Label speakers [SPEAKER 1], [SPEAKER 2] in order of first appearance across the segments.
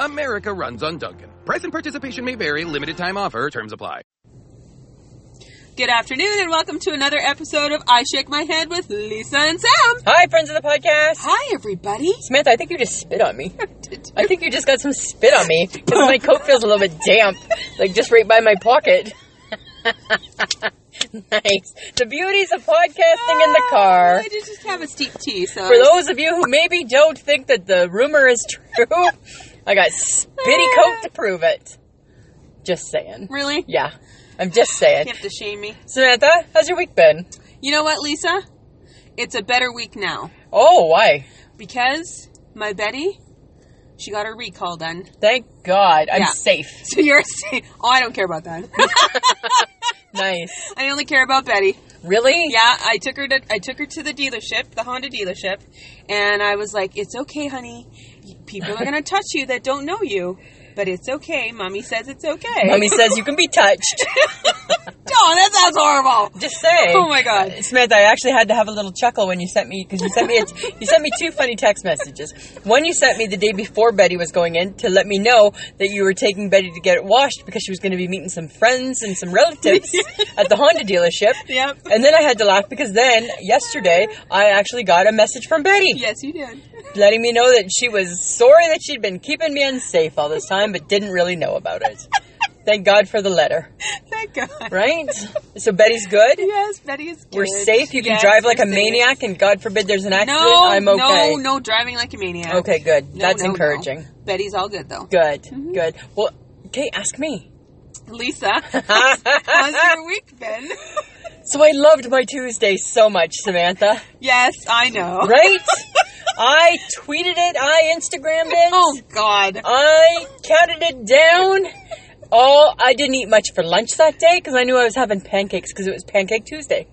[SPEAKER 1] America runs on Dunkin'. Price and participation may vary. Limited time offer. Terms apply.
[SPEAKER 2] Good afternoon and welcome to another episode of I Shake My Head with Lisa and Sam.
[SPEAKER 3] Hi, friends of the podcast.
[SPEAKER 2] Hi, everybody.
[SPEAKER 3] Samantha, I think you just spit on me. I think you just got some spit on me because my coat feels a little bit damp, like just right by my pocket. nice. The beauties of podcasting in the car.
[SPEAKER 2] I did just have a steep tea, so.
[SPEAKER 3] For those of you who maybe don't think that the rumor is true, I got spitty coat to prove it. Just saying.
[SPEAKER 2] Really?
[SPEAKER 3] Yeah, I'm just saying.
[SPEAKER 2] You have to shame me.
[SPEAKER 3] Samantha, how's your week been?
[SPEAKER 2] You know what, Lisa? It's a better week now
[SPEAKER 3] Oh, why?
[SPEAKER 2] because my Betty, she got her recall done.
[SPEAKER 3] Thank God, I'm
[SPEAKER 2] Yeah.
[SPEAKER 3] safe.
[SPEAKER 2] So you're saying, oh, I don't care about that.
[SPEAKER 3] Nice.
[SPEAKER 2] I only care about Betty.
[SPEAKER 3] Really?
[SPEAKER 2] Yeah, I took her to I took her to the dealership, the Honda dealership, and I was like, "It's okay, honey. People are gonna touch you that don't know you, but it's okay. Mommy says it's okay."
[SPEAKER 3] Mommy says you can be touched.
[SPEAKER 2] "Oh, that sounds horrible."
[SPEAKER 3] Just saying.
[SPEAKER 2] Oh my god.
[SPEAKER 3] Samantha, I actually had to have a little chuckle when you sent me because you sent me a, you sent me two funny text messages. One you sent me the day before Betty was going in to let me know that you were taking Betty to get it washed because she was going to be meeting some friends and some relatives at the Honda dealership.
[SPEAKER 2] Yep.
[SPEAKER 3] And then I had to laugh because then yesterday I actually got a message from Betty
[SPEAKER 2] Yes, you did.
[SPEAKER 3] letting me know that she was sorry that she'd been keeping me unsafe all this time but didn't really know about it. Thank God for the letter,
[SPEAKER 2] Thank God.
[SPEAKER 3] right? So Betty's good.
[SPEAKER 2] Yes, Betty is good.
[SPEAKER 3] We're safe. You can
[SPEAKER 2] Yes,
[SPEAKER 3] drive like
[SPEAKER 2] we're
[SPEAKER 3] a
[SPEAKER 2] safe.
[SPEAKER 3] maniac, and God forbid there's an accident.
[SPEAKER 2] No,
[SPEAKER 3] I'm
[SPEAKER 2] no,
[SPEAKER 3] okay.
[SPEAKER 2] no, driving like a maniac.
[SPEAKER 3] Okay, good.
[SPEAKER 2] No,
[SPEAKER 3] That's
[SPEAKER 2] no, Mm-hmm. no.
[SPEAKER 3] encouraging.
[SPEAKER 2] Betty's all good though.
[SPEAKER 3] Good, good. Well, okay, ask me.
[SPEAKER 2] Lisa, how's your week been?
[SPEAKER 3] So I loved my Tuesday so much, Samantha.
[SPEAKER 2] Yes, I know.
[SPEAKER 3] Right? I tweeted it. I Instagrammed it.
[SPEAKER 2] Oh God.
[SPEAKER 3] I counted it down. Oh, I didn't eat much for lunch that day because I knew I was having pancakes because it was Pancake Tuesday.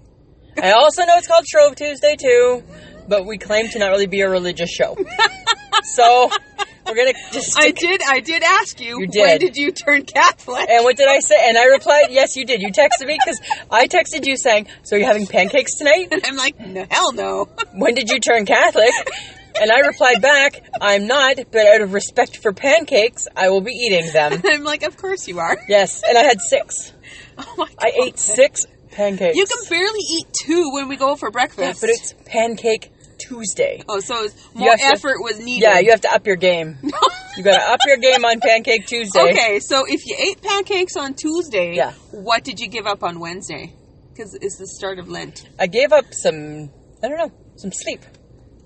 [SPEAKER 3] I also know it's called Shrove Tuesday too, but we claim to not really be a religious show. So we're gonna just
[SPEAKER 2] I
[SPEAKER 3] stick-
[SPEAKER 2] did. I did ask you.
[SPEAKER 3] You
[SPEAKER 2] When
[SPEAKER 3] did.
[SPEAKER 2] did you turn Catholic?
[SPEAKER 3] and what did I say? And I replied, "Yes, you did. You texted me because I texted you saying, "So you're having pancakes tonight?
[SPEAKER 2] I'm like, no, hell no.
[SPEAKER 3] When did you turn Catholic?" And I replied back, "I'm not, but out of respect for pancakes, I will be eating them."
[SPEAKER 2] I'm like, of course you are.
[SPEAKER 3] Yes, and I had six.
[SPEAKER 2] Oh my God.
[SPEAKER 3] I ate six pancakes.
[SPEAKER 2] You can barely eat two when we go for
[SPEAKER 3] Yeah,
[SPEAKER 2] breakfast.
[SPEAKER 3] but it's Pancake Tuesday.
[SPEAKER 2] oh, so it's more
[SPEAKER 3] have to-
[SPEAKER 2] effort was needed.
[SPEAKER 3] Yeah, you have to up your game. you gotta up your game on Pancake Tuesday.
[SPEAKER 2] Okay, so if you ate pancakes on Tuesday,
[SPEAKER 3] Yeah.
[SPEAKER 2] what did you give up on Wednesday? Because it's the start of Lent.
[SPEAKER 3] I gave up some, I don't know, some sleep.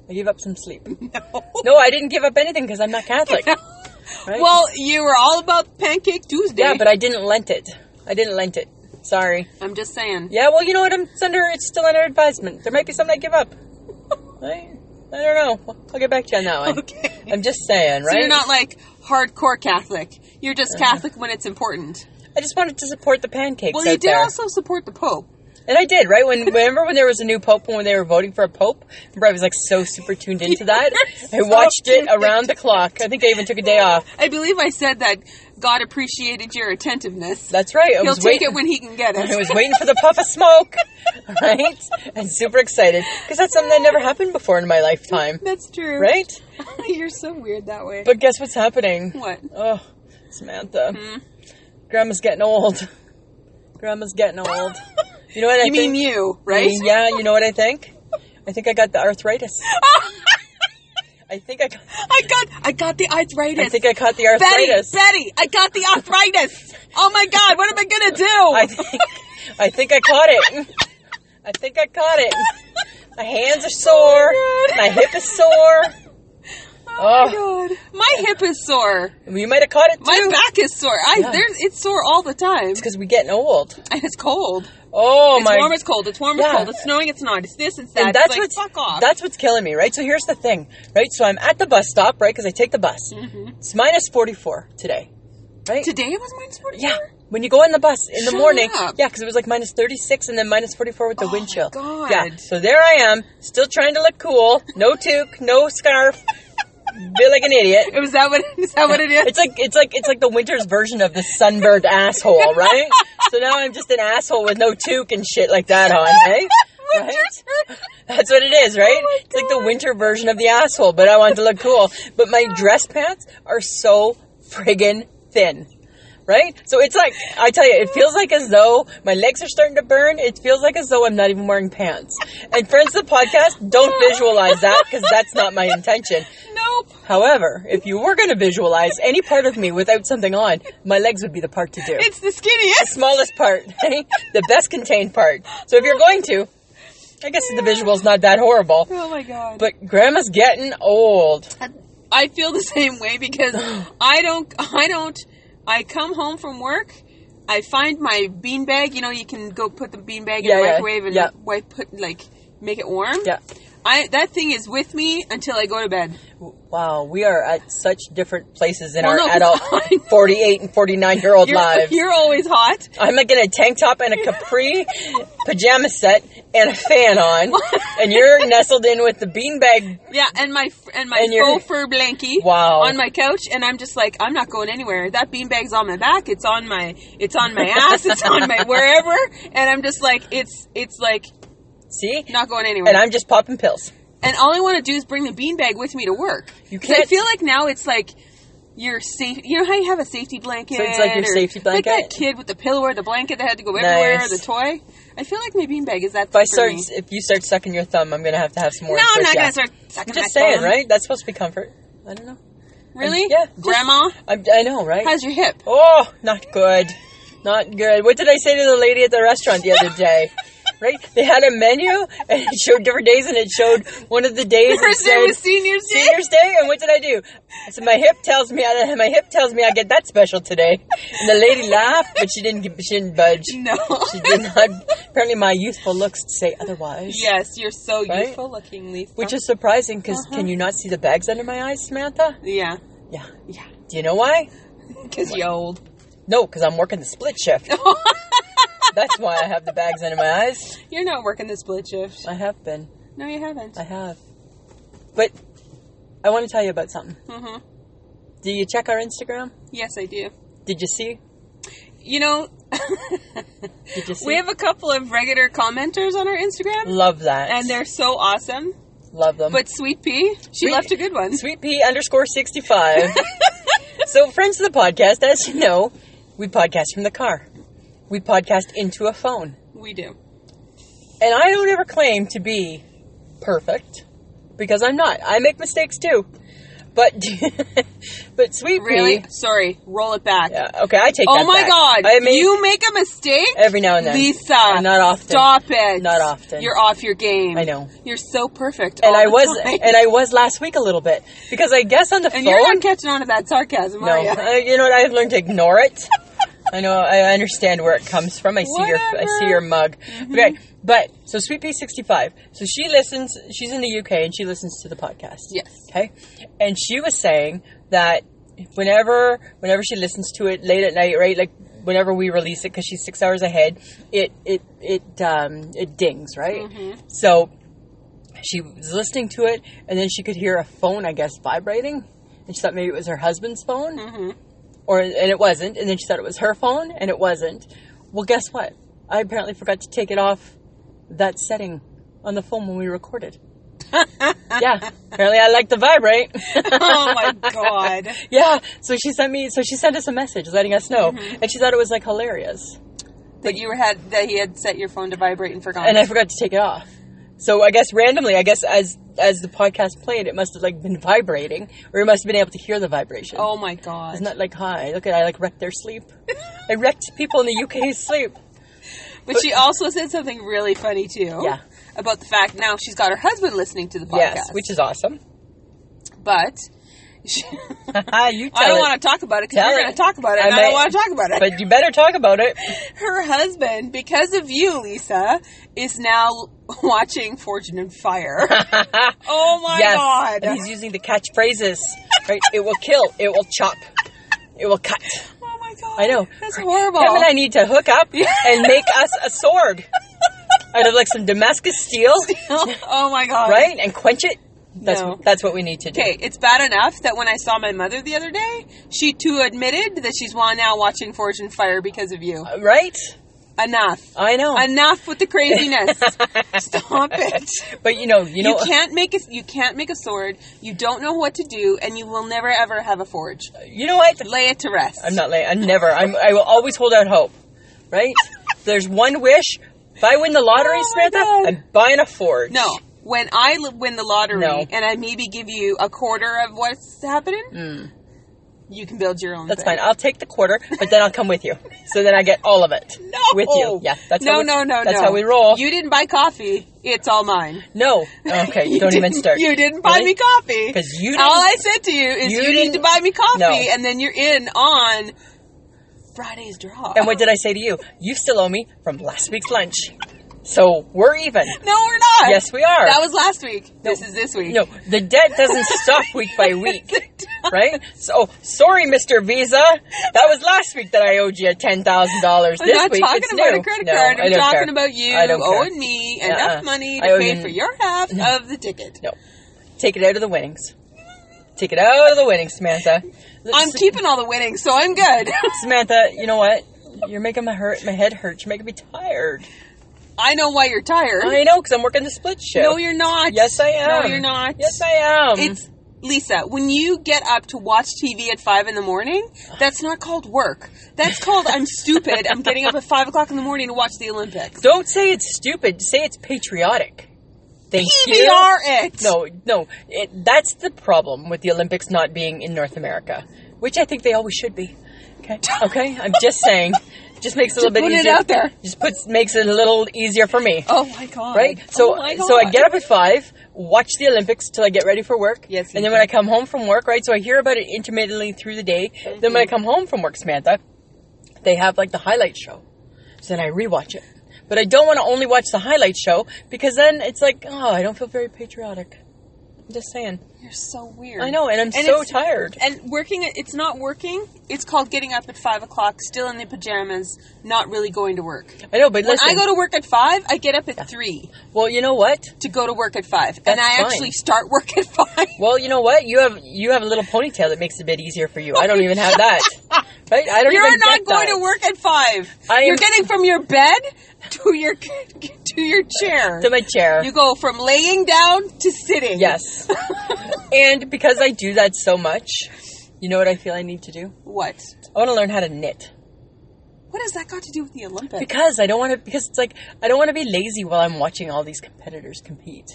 [SPEAKER 3] I gave up some sleep. No, I didn't give up anything because I'm not Catholic. Right?
[SPEAKER 2] Well, you were all about Pancake Tuesday.
[SPEAKER 3] yeah, but I didn't lent it. I didn't lent it. Sorry.
[SPEAKER 2] I'm just saying.
[SPEAKER 3] Yeah, well, you know what? I'm, it's under. It's still under advisement. There might be something I give up. I, I don't know. I'll get back to you on that one.
[SPEAKER 2] Okay.
[SPEAKER 3] I'm just saying, right? Uh-huh.
[SPEAKER 2] So you're not like hardcore Catholic. You're just Catholic when it's important.
[SPEAKER 3] I just wanted to support the pancakes.
[SPEAKER 2] Well, you
[SPEAKER 3] out
[SPEAKER 2] did
[SPEAKER 3] there.
[SPEAKER 2] also support the Pope.
[SPEAKER 3] And I did, right? When remember when there was a new pope when they were voting for a pope? Remember I was like so super tuned into that. I watched it around the clock. I think I even took a day off.
[SPEAKER 2] I believe I said that God appreciated your attentiveness.
[SPEAKER 3] That's right. I
[SPEAKER 2] He'll
[SPEAKER 3] was
[SPEAKER 2] take
[SPEAKER 3] waiting.
[SPEAKER 2] it when he can get
[SPEAKER 3] I
[SPEAKER 2] it.
[SPEAKER 3] was waiting for the puff of smoke, right? And super excited because that's something that never happened before in my lifetime,
[SPEAKER 2] That's true.
[SPEAKER 3] right?
[SPEAKER 2] You're so weird that way.
[SPEAKER 3] But guess what's happening?
[SPEAKER 2] what?
[SPEAKER 3] Oh, Samantha,
[SPEAKER 2] Hmm.
[SPEAKER 3] Grandma's getting old. Grandma's getting old. You know what I
[SPEAKER 2] You mean
[SPEAKER 3] think?
[SPEAKER 2] you, right?
[SPEAKER 3] Yeah, you know what I think? I think I got the arthritis. I think I,
[SPEAKER 2] I got I got the arthritis.
[SPEAKER 3] I think I caught the
[SPEAKER 2] Betty,
[SPEAKER 3] arthritis.
[SPEAKER 2] Betty, I got the arthritis. Oh my god, what am I gonna
[SPEAKER 3] I
[SPEAKER 2] do?
[SPEAKER 3] think I think I caught it. I think I caught it. My hands are sore.
[SPEAKER 2] Oh, God.
[SPEAKER 3] my hip is sore.
[SPEAKER 2] oh
[SPEAKER 3] Oh,
[SPEAKER 2] my god, my hip is sore.
[SPEAKER 3] you might have caught it
[SPEAKER 2] My
[SPEAKER 3] too.
[SPEAKER 2] back is sore. I there's it's sore all the time,
[SPEAKER 3] because we're getting old.
[SPEAKER 2] and it's cold.
[SPEAKER 3] Oh
[SPEAKER 2] It's
[SPEAKER 3] my!
[SPEAKER 2] warm, it's cold. It's warm, it's
[SPEAKER 3] Yeah.
[SPEAKER 2] cold. It's snowing, it's not. It's this, it's that.
[SPEAKER 3] and that's
[SPEAKER 2] it's like,
[SPEAKER 3] what's
[SPEAKER 2] fuck off.
[SPEAKER 3] that's what's killing me, right? So here's the thing, right? So I'm at the bus stop, right? Because I take the bus. It's minus 44 today,
[SPEAKER 2] Mm-hmm.
[SPEAKER 3] right?
[SPEAKER 2] Today it was minus forty.
[SPEAKER 3] Yeah. When you go on the bus in the
[SPEAKER 2] Shut
[SPEAKER 3] morning,
[SPEAKER 2] up. Oh
[SPEAKER 3] yeah, because it was like minus 36 and then minus 44 with the wind chill.
[SPEAKER 2] God.
[SPEAKER 3] Yeah. So there I am, still trying to look cool. No toque, no scarf. Be like an idiot.
[SPEAKER 2] Is that what is that what it is?
[SPEAKER 3] It's like it's like it's like the winter's version of the sunburned asshole, right? So now I'm just an asshole with no toque and shit like that on, hey? Right? That's what it is, right? it's like the winter version of the asshole, but I want to look cool. But my dress pants are so friggin' thin. Right? So it's like, I tell you, it feels like as though my legs are starting to burn. It feels like as though I'm not even wearing pants. And friends of the podcast, don't visualize that because that's not my intention.
[SPEAKER 2] Nope.
[SPEAKER 3] However, if you were going to visualize any part of me without something on, my legs would be the part to do.
[SPEAKER 2] It's the skinniest.
[SPEAKER 3] smallest part, right? the best contained part. So if you're going to, I guess the visual's not that horrible.
[SPEAKER 2] Oh my god.
[SPEAKER 3] But grandma's getting old.
[SPEAKER 2] I feel the same way because I don't, I don't, I come home from work. I find my beanbag. You know, you can go put the beanbag in
[SPEAKER 3] Yeah,
[SPEAKER 2] the
[SPEAKER 3] yeah,
[SPEAKER 2] microwave and
[SPEAKER 3] yeah.
[SPEAKER 2] wipe, put like make it warm.
[SPEAKER 3] Yeah.
[SPEAKER 2] I that thing is with me until I go to bed.
[SPEAKER 3] Wow, we are at such different places in
[SPEAKER 2] Well,
[SPEAKER 3] our
[SPEAKER 2] no, 'cause I-
[SPEAKER 3] adult 48 and 49 year old
[SPEAKER 2] You're,
[SPEAKER 3] lives.
[SPEAKER 2] you're always hot.
[SPEAKER 3] I'm like in a tank top and a capri pajama set and a fan on, and you're nestled in with the beanbag.
[SPEAKER 2] Yeah, and my and my
[SPEAKER 3] And you're-
[SPEAKER 2] faux fur blankie
[SPEAKER 3] Wow.
[SPEAKER 2] on my couch, and I'm just like, I'm not going anywhere. That beanbag's on my back. It's on my, it's on my ass. it's on my wherever, and I'm just like, it's it's like
[SPEAKER 3] See,
[SPEAKER 2] not going anywhere.
[SPEAKER 3] and I'm just popping pills.
[SPEAKER 2] and all I want to do is bring the beanbag with me to work.
[SPEAKER 3] You
[SPEAKER 2] 'Cause I
[SPEAKER 3] can't-
[SPEAKER 2] feel like now it's like your safe. You know how you have a safety blanket.
[SPEAKER 3] So it's like your
[SPEAKER 2] or-
[SPEAKER 3] safety
[SPEAKER 2] it's Like
[SPEAKER 3] blanket?
[SPEAKER 2] that kid with the pillow or the blanket that had to go everywhere.
[SPEAKER 3] Nice.
[SPEAKER 2] The toy. I feel like my beanbag is that.
[SPEAKER 3] If I
[SPEAKER 2] for
[SPEAKER 3] start,
[SPEAKER 2] me.
[SPEAKER 3] if you start sucking your thumb, I'm gonna have to have some more.
[SPEAKER 2] No, I'm not
[SPEAKER 3] push-ups.
[SPEAKER 2] gonna start. Sucking
[SPEAKER 3] I'm just
[SPEAKER 2] my
[SPEAKER 3] saying,
[SPEAKER 2] thumb.
[SPEAKER 3] right? That's supposed to be comfort. I don't know.
[SPEAKER 2] Really?
[SPEAKER 3] Yeah, just-
[SPEAKER 2] Grandma,
[SPEAKER 3] I, I know, right?
[SPEAKER 2] how's your hip?
[SPEAKER 3] Oh, not good. Not good. What did I say to the lady at the restaurant the other day? Right? They had a menu and it showed different days and it showed one of the days. it
[SPEAKER 2] First day
[SPEAKER 3] said
[SPEAKER 2] was seniors day.
[SPEAKER 3] Seniors Day and what did I do? I said my hip tells me I my hip tells me I get that special today. And the lady laughed, but she didn't give- she didn't budge.
[SPEAKER 2] No.
[SPEAKER 3] She did not apparently my youthful looks say otherwise.
[SPEAKER 2] yes, you're so
[SPEAKER 3] Right?
[SPEAKER 2] youthful looking, Lisa.
[SPEAKER 3] Which is surprising because can you not see the bags under my eyes, Samantha?
[SPEAKER 2] yeah,
[SPEAKER 3] Yeah.
[SPEAKER 2] yeah,
[SPEAKER 3] Do you know why?
[SPEAKER 2] because you're old.
[SPEAKER 3] No, because I'm working the split shift. That's why I have the bags under my eyes.
[SPEAKER 2] You're not working the split shift.
[SPEAKER 3] I have been.
[SPEAKER 2] No, you haven't.
[SPEAKER 3] I have. But I want to tell you about something.
[SPEAKER 2] Mhm.
[SPEAKER 3] Do you check our Instagram?
[SPEAKER 2] Yes, I do.
[SPEAKER 3] Did you see?
[SPEAKER 2] You know,
[SPEAKER 3] Did you see?
[SPEAKER 2] We have a couple of regular commenters on our Instagram,
[SPEAKER 3] Love that.
[SPEAKER 2] and they're so awesome.
[SPEAKER 3] Love them.
[SPEAKER 2] But Sweet Pea, she
[SPEAKER 3] Um, Sweet-
[SPEAKER 2] left a good one.
[SPEAKER 3] Sweet P underscore 65. so, friends of the podcast, as you know, we podcast from the car. We podcast into a phone.
[SPEAKER 2] We do.
[SPEAKER 3] And I don't ever claim to be perfect because I'm not. I make mistakes too. But but sweet
[SPEAKER 2] Really?
[SPEAKER 3] pea.
[SPEAKER 2] Sorry, roll it back.
[SPEAKER 3] Yeah, okay, I take
[SPEAKER 2] oh
[SPEAKER 3] that
[SPEAKER 2] my
[SPEAKER 3] back.
[SPEAKER 2] god,
[SPEAKER 3] I make
[SPEAKER 2] you make a mistake?
[SPEAKER 3] every now and then.
[SPEAKER 2] Lisa,
[SPEAKER 3] And not often.
[SPEAKER 2] stop it.
[SPEAKER 3] Not often.
[SPEAKER 2] You're off your game.
[SPEAKER 3] I know.
[SPEAKER 2] You're so perfect.
[SPEAKER 3] And
[SPEAKER 2] all
[SPEAKER 3] I
[SPEAKER 2] the
[SPEAKER 3] was
[SPEAKER 2] time.
[SPEAKER 3] and I was last week a little bit because I guess on the
[SPEAKER 2] And
[SPEAKER 3] phone
[SPEAKER 2] you're not catching on to that sarcasm,
[SPEAKER 3] No,
[SPEAKER 2] are you?
[SPEAKER 3] I, you know what? I've learned to ignore it. I know. I understand where it comes from. I see your. I see
[SPEAKER 2] Whatever.
[SPEAKER 3] your mug. Okay, but so Sweet Pea sixty five. So she listens. She's in the UK and she listens to the podcast.
[SPEAKER 2] Yes.
[SPEAKER 3] Okay, and she was saying that whenever whenever she listens to it late at night, right? Like whenever we release it, because she's six hours ahead, it it it um, it dings, right? So she was listening to it, and then she could hear a phone, I guess, vibrating, and she thought maybe it was her husband's phone. or and it wasn't, and then she thought it was her phone, and it wasn't. Well, guess what? I apparently forgot to take it off that setting on the phone when we recorded. yeah, apparently I like to vibrate.
[SPEAKER 2] Oh my god.
[SPEAKER 3] yeah, so she sent me, so she sent us a message letting us know,
[SPEAKER 2] Mm-hmm.
[SPEAKER 3] and she thought it was like hilarious,
[SPEAKER 2] That you had that he had set your phone to vibrate and forgotten.
[SPEAKER 3] and I forgot to take it off. So I guess randomly, I guess as as the podcast played, it must have like been vibrating, or you must have been able to hear the vibration.
[SPEAKER 2] oh my god.
[SPEAKER 3] It's not like hi. Look at I like wrecked their sleep. I wrecked people in the UK's sleep.
[SPEAKER 2] but she also said something really funny too.
[SPEAKER 3] Yeah.
[SPEAKER 2] About the fact now she's got her husband listening to the podcast.
[SPEAKER 3] Yes, which is awesome.
[SPEAKER 2] but she,
[SPEAKER 3] Ah, you
[SPEAKER 2] I don't want to talk about it because
[SPEAKER 3] Tell
[SPEAKER 2] we're
[SPEAKER 3] it.
[SPEAKER 2] going to talk about it. and I
[SPEAKER 3] I
[SPEAKER 2] don't
[SPEAKER 3] may-
[SPEAKER 2] want to talk about it.
[SPEAKER 3] But you better talk about it.
[SPEAKER 2] her husband, because of you, Lisa, is now watching Fortune and Fire. oh my
[SPEAKER 3] yes, and
[SPEAKER 2] god!
[SPEAKER 3] he's using the catchphrases. Right? it will kill. It will chop. It will cut.
[SPEAKER 2] Oh my god!
[SPEAKER 3] I know.
[SPEAKER 2] that's horrible.
[SPEAKER 3] Him and I need to hook up and make us a sword out of like some Damascus steel,
[SPEAKER 2] oh my god!
[SPEAKER 3] right? And quench it. That's
[SPEAKER 2] No.
[SPEAKER 3] that's what we need to do.
[SPEAKER 2] Okay, it's bad enough that when I saw my mother the other day, she too admitted that she's wa- now watching Fortune and Fire because of you.
[SPEAKER 3] Right?
[SPEAKER 2] Enough.
[SPEAKER 3] I know.
[SPEAKER 2] Enough with the craziness. Stop it.
[SPEAKER 3] but you know, you know,
[SPEAKER 2] You can't make a you can't make a sword. You don't know what to do, and you will never ever have a forge.
[SPEAKER 3] you know what?
[SPEAKER 2] Lay it to rest.
[SPEAKER 3] I'm not late. I'm never. I'm, I will always hold out hope. Right? There's one wish. If I win the lottery,
[SPEAKER 2] Oh my
[SPEAKER 3] Samantha,
[SPEAKER 2] God.
[SPEAKER 3] I'm buying a Ford.
[SPEAKER 2] No. When I l- win the lottery
[SPEAKER 3] No.
[SPEAKER 2] and I maybe give you a quarter of what's happening, you can build your own.
[SPEAKER 3] Hmm. That's
[SPEAKER 2] thing.
[SPEAKER 3] fine. I'll take the quarter, but then I'll come with you. So then I get all of it.
[SPEAKER 2] No.
[SPEAKER 3] With you. Yeah. That's
[SPEAKER 2] no,
[SPEAKER 3] how we,
[SPEAKER 2] no, no,
[SPEAKER 3] That's
[SPEAKER 2] no.
[SPEAKER 3] how we roll.
[SPEAKER 2] You didn't buy coffee. It's all mine.
[SPEAKER 3] no. Okay.
[SPEAKER 2] You
[SPEAKER 3] don't even
[SPEAKER 2] didn't-
[SPEAKER 3] start.
[SPEAKER 2] You didn't buy
[SPEAKER 3] Really?
[SPEAKER 2] me coffee.
[SPEAKER 3] 'Cause you didn't-
[SPEAKER 2] All I said to you is you,
[SPEAKER 3] You
[SPEAKER 2] need to
[SPEAKER 3] didn't-
[SPEAKER 2] buy me coffee,
[SPEAKER 3] No.
[SPEAKER 2] and then you're in on Friday's draw.
[SPEAKER 3] And what did I say to you? You still owe me from last week's lunch. So we're even.
[SPEAKER 2] No, we're not.
[SPEAKER 3] Yes, we are.
[SPEAKER 2] That was last week. This is this week.
[SPEAKER 3] No, the debt doesn't stop week by week, right? So, sorry, Mr. Visa. That was last week that I owed you ten thousand dollars.
[SPEAKER 2] I'm
[SPEAKER 3] This
[SPEAKER 2] not
[SPEAKER 3] week,
[SPEAKER 2] talking
[SPEAKER 3] it's
[SPEAKER 2] about
[SPEAKER 3] new.
[SPEAKER 2] a credit
[SPEAKER 3] No,
[SPEAKER 2] card.
[SPEAKER 3] I
[SPEAKER 2] I'm
[SPEAKER 3] don't
[SPEAKER 2] talking
[SPEAKER 3] care.
[SPEAKER 2] about you
[SPEAKER 3] I don't care.
[SPEAKER 2] owing me enough
[SPEAKER 3] Uh-uh.
[SPEAKER 2] money
[SPEAKER 3] I
[SPEAKER 2] to
[SPEAKER 3] owe
[SPEAKER 2] pay
[SPEAKER 3] you-
[SPEAKER 2] for your half of the ticket.
[SPEAKER 3] No, take it out of the winnings. Take it out of the winnings, Samantha.
[SPEAKER 2] I'm
[SPEAKER 3] S-
[SPEAKER 2] keeping all the winnings, so I'm good.
[SPEAKER 3] Samantha. You know what? You're making my hurt, my head hurt. You're making me tired.
[SPEAKER 2] I know why you're tired.
[SPEAKER 3] I know because I'm working the split shift.
[SPEAKER 2] no, you're not.
[SPEAKER 3] Yes, I am.
[SPEAKER 2] No, you're not.
[SPEAKER 3] Yes, I am.
[SPEAKER 2] It's Lisa. When you get up to watch TV at five in the morning, that's not called work. That's called I'm stupid. I'm getting up at five o'clock in the morning to watch the Olympics.
[SPEAKER 3] Don't say it's stupid. Say it's patriotic. Thank you.
[SPEAKER 2] PBR E it.
[SPEAKER 3] No, no. It, that's the problem with the Olympics not being in North America, which I think they always should be. Okay. Okay. I'm just saying. Just makes it a little
[SPEAKER 2] Just
[SPEAKER 3] bit
[SPEAKER 2] putting it
[SPEAKER 3] easier.
[SPEAKER 2] out there.
[SPEAKER 3] Just puts makes it a little easier for me.
[SPEAKER 2] Oh my god.
[SPEAKER 3] Right? So
[SPEAKER 2] Oh my
[SPEAKER 3] so I
[SPEAKER 2] God.
[SPEAKER 3] get up at five, watch the Olympics till I get ready for work.
[SPEAKER 2] Yes,
[SPEAKER 3] And
[SPEAKER 2] you
[SPEAKER 3] then when
[SPEAKER 2] do.
[SPEAKER 3] I come home from work, right? So I hear about it intermittently through the day. Then when
[SPEAKER 2] Mm-hmm.
[SPEAKER 3] I come home from work, Samantha, they have like the highlight show. So then I rewatch it. But I don't want to only watch the highlight show because then it's like, oh, I don't feel very patriotic. I'm just saying.
[SPEAKER 2] You're so weird.
[SPEAKER 3] I know, and I'm
[SPEAKER 2] And
[SPEAKER 3] so
[SPEAKER 2] it's-
[SPEAKER 3] tired.
[SPEAKER 2] And working, it's not working. It's called getting up at five o'clock, still in the pajamas, not really going to work.
[SPEAKER 3] I know, but
[SPEAKER 2] When
[SPEAKER 3] listen.
[SPEAKER 2] I go to work at five, I get up at three
[SPEAKER 3] well, you know what?
[SPEAKER 2] to go to work at five, and
[SPEAKER 3] That's
[SPEAKER 2] I
[SPEAKER 3] fine.
[SPEAKER 2] actually start work at five.
[SPEAKER 3] Well, you know what? You have you have a little ponytail that makes it a bit easier for you. I don't even have that. Right? I don't
[SPEAKER 2] You're
[SPEAKER 3] even
[SPEAKER 2] not
[SPEAKER 3] get
[SPEAKER 2] going
[SPEAKER 3] that.
[SPEAKER 2] to work at five.
[SPEAKER 3] I am-
[SPEAKER 2] You're getting from your bed to your to your chair.
[SPEAKER 3] to my chair.
[SPEAKER 2] You go from laying down to sitting.
[SPEAKER 3] Yes. and because I do that so much, you know what I feel I need to do?
[SPEAKER 2] What?
[SPEAKER 3] I want to learn how to knit.
[SPEAKER 2] What has that got to do with the Olympics?
[SPEAKER 3] Because I don't want to because it's like I don't want to be lazy while I'm watching all these competitors compete.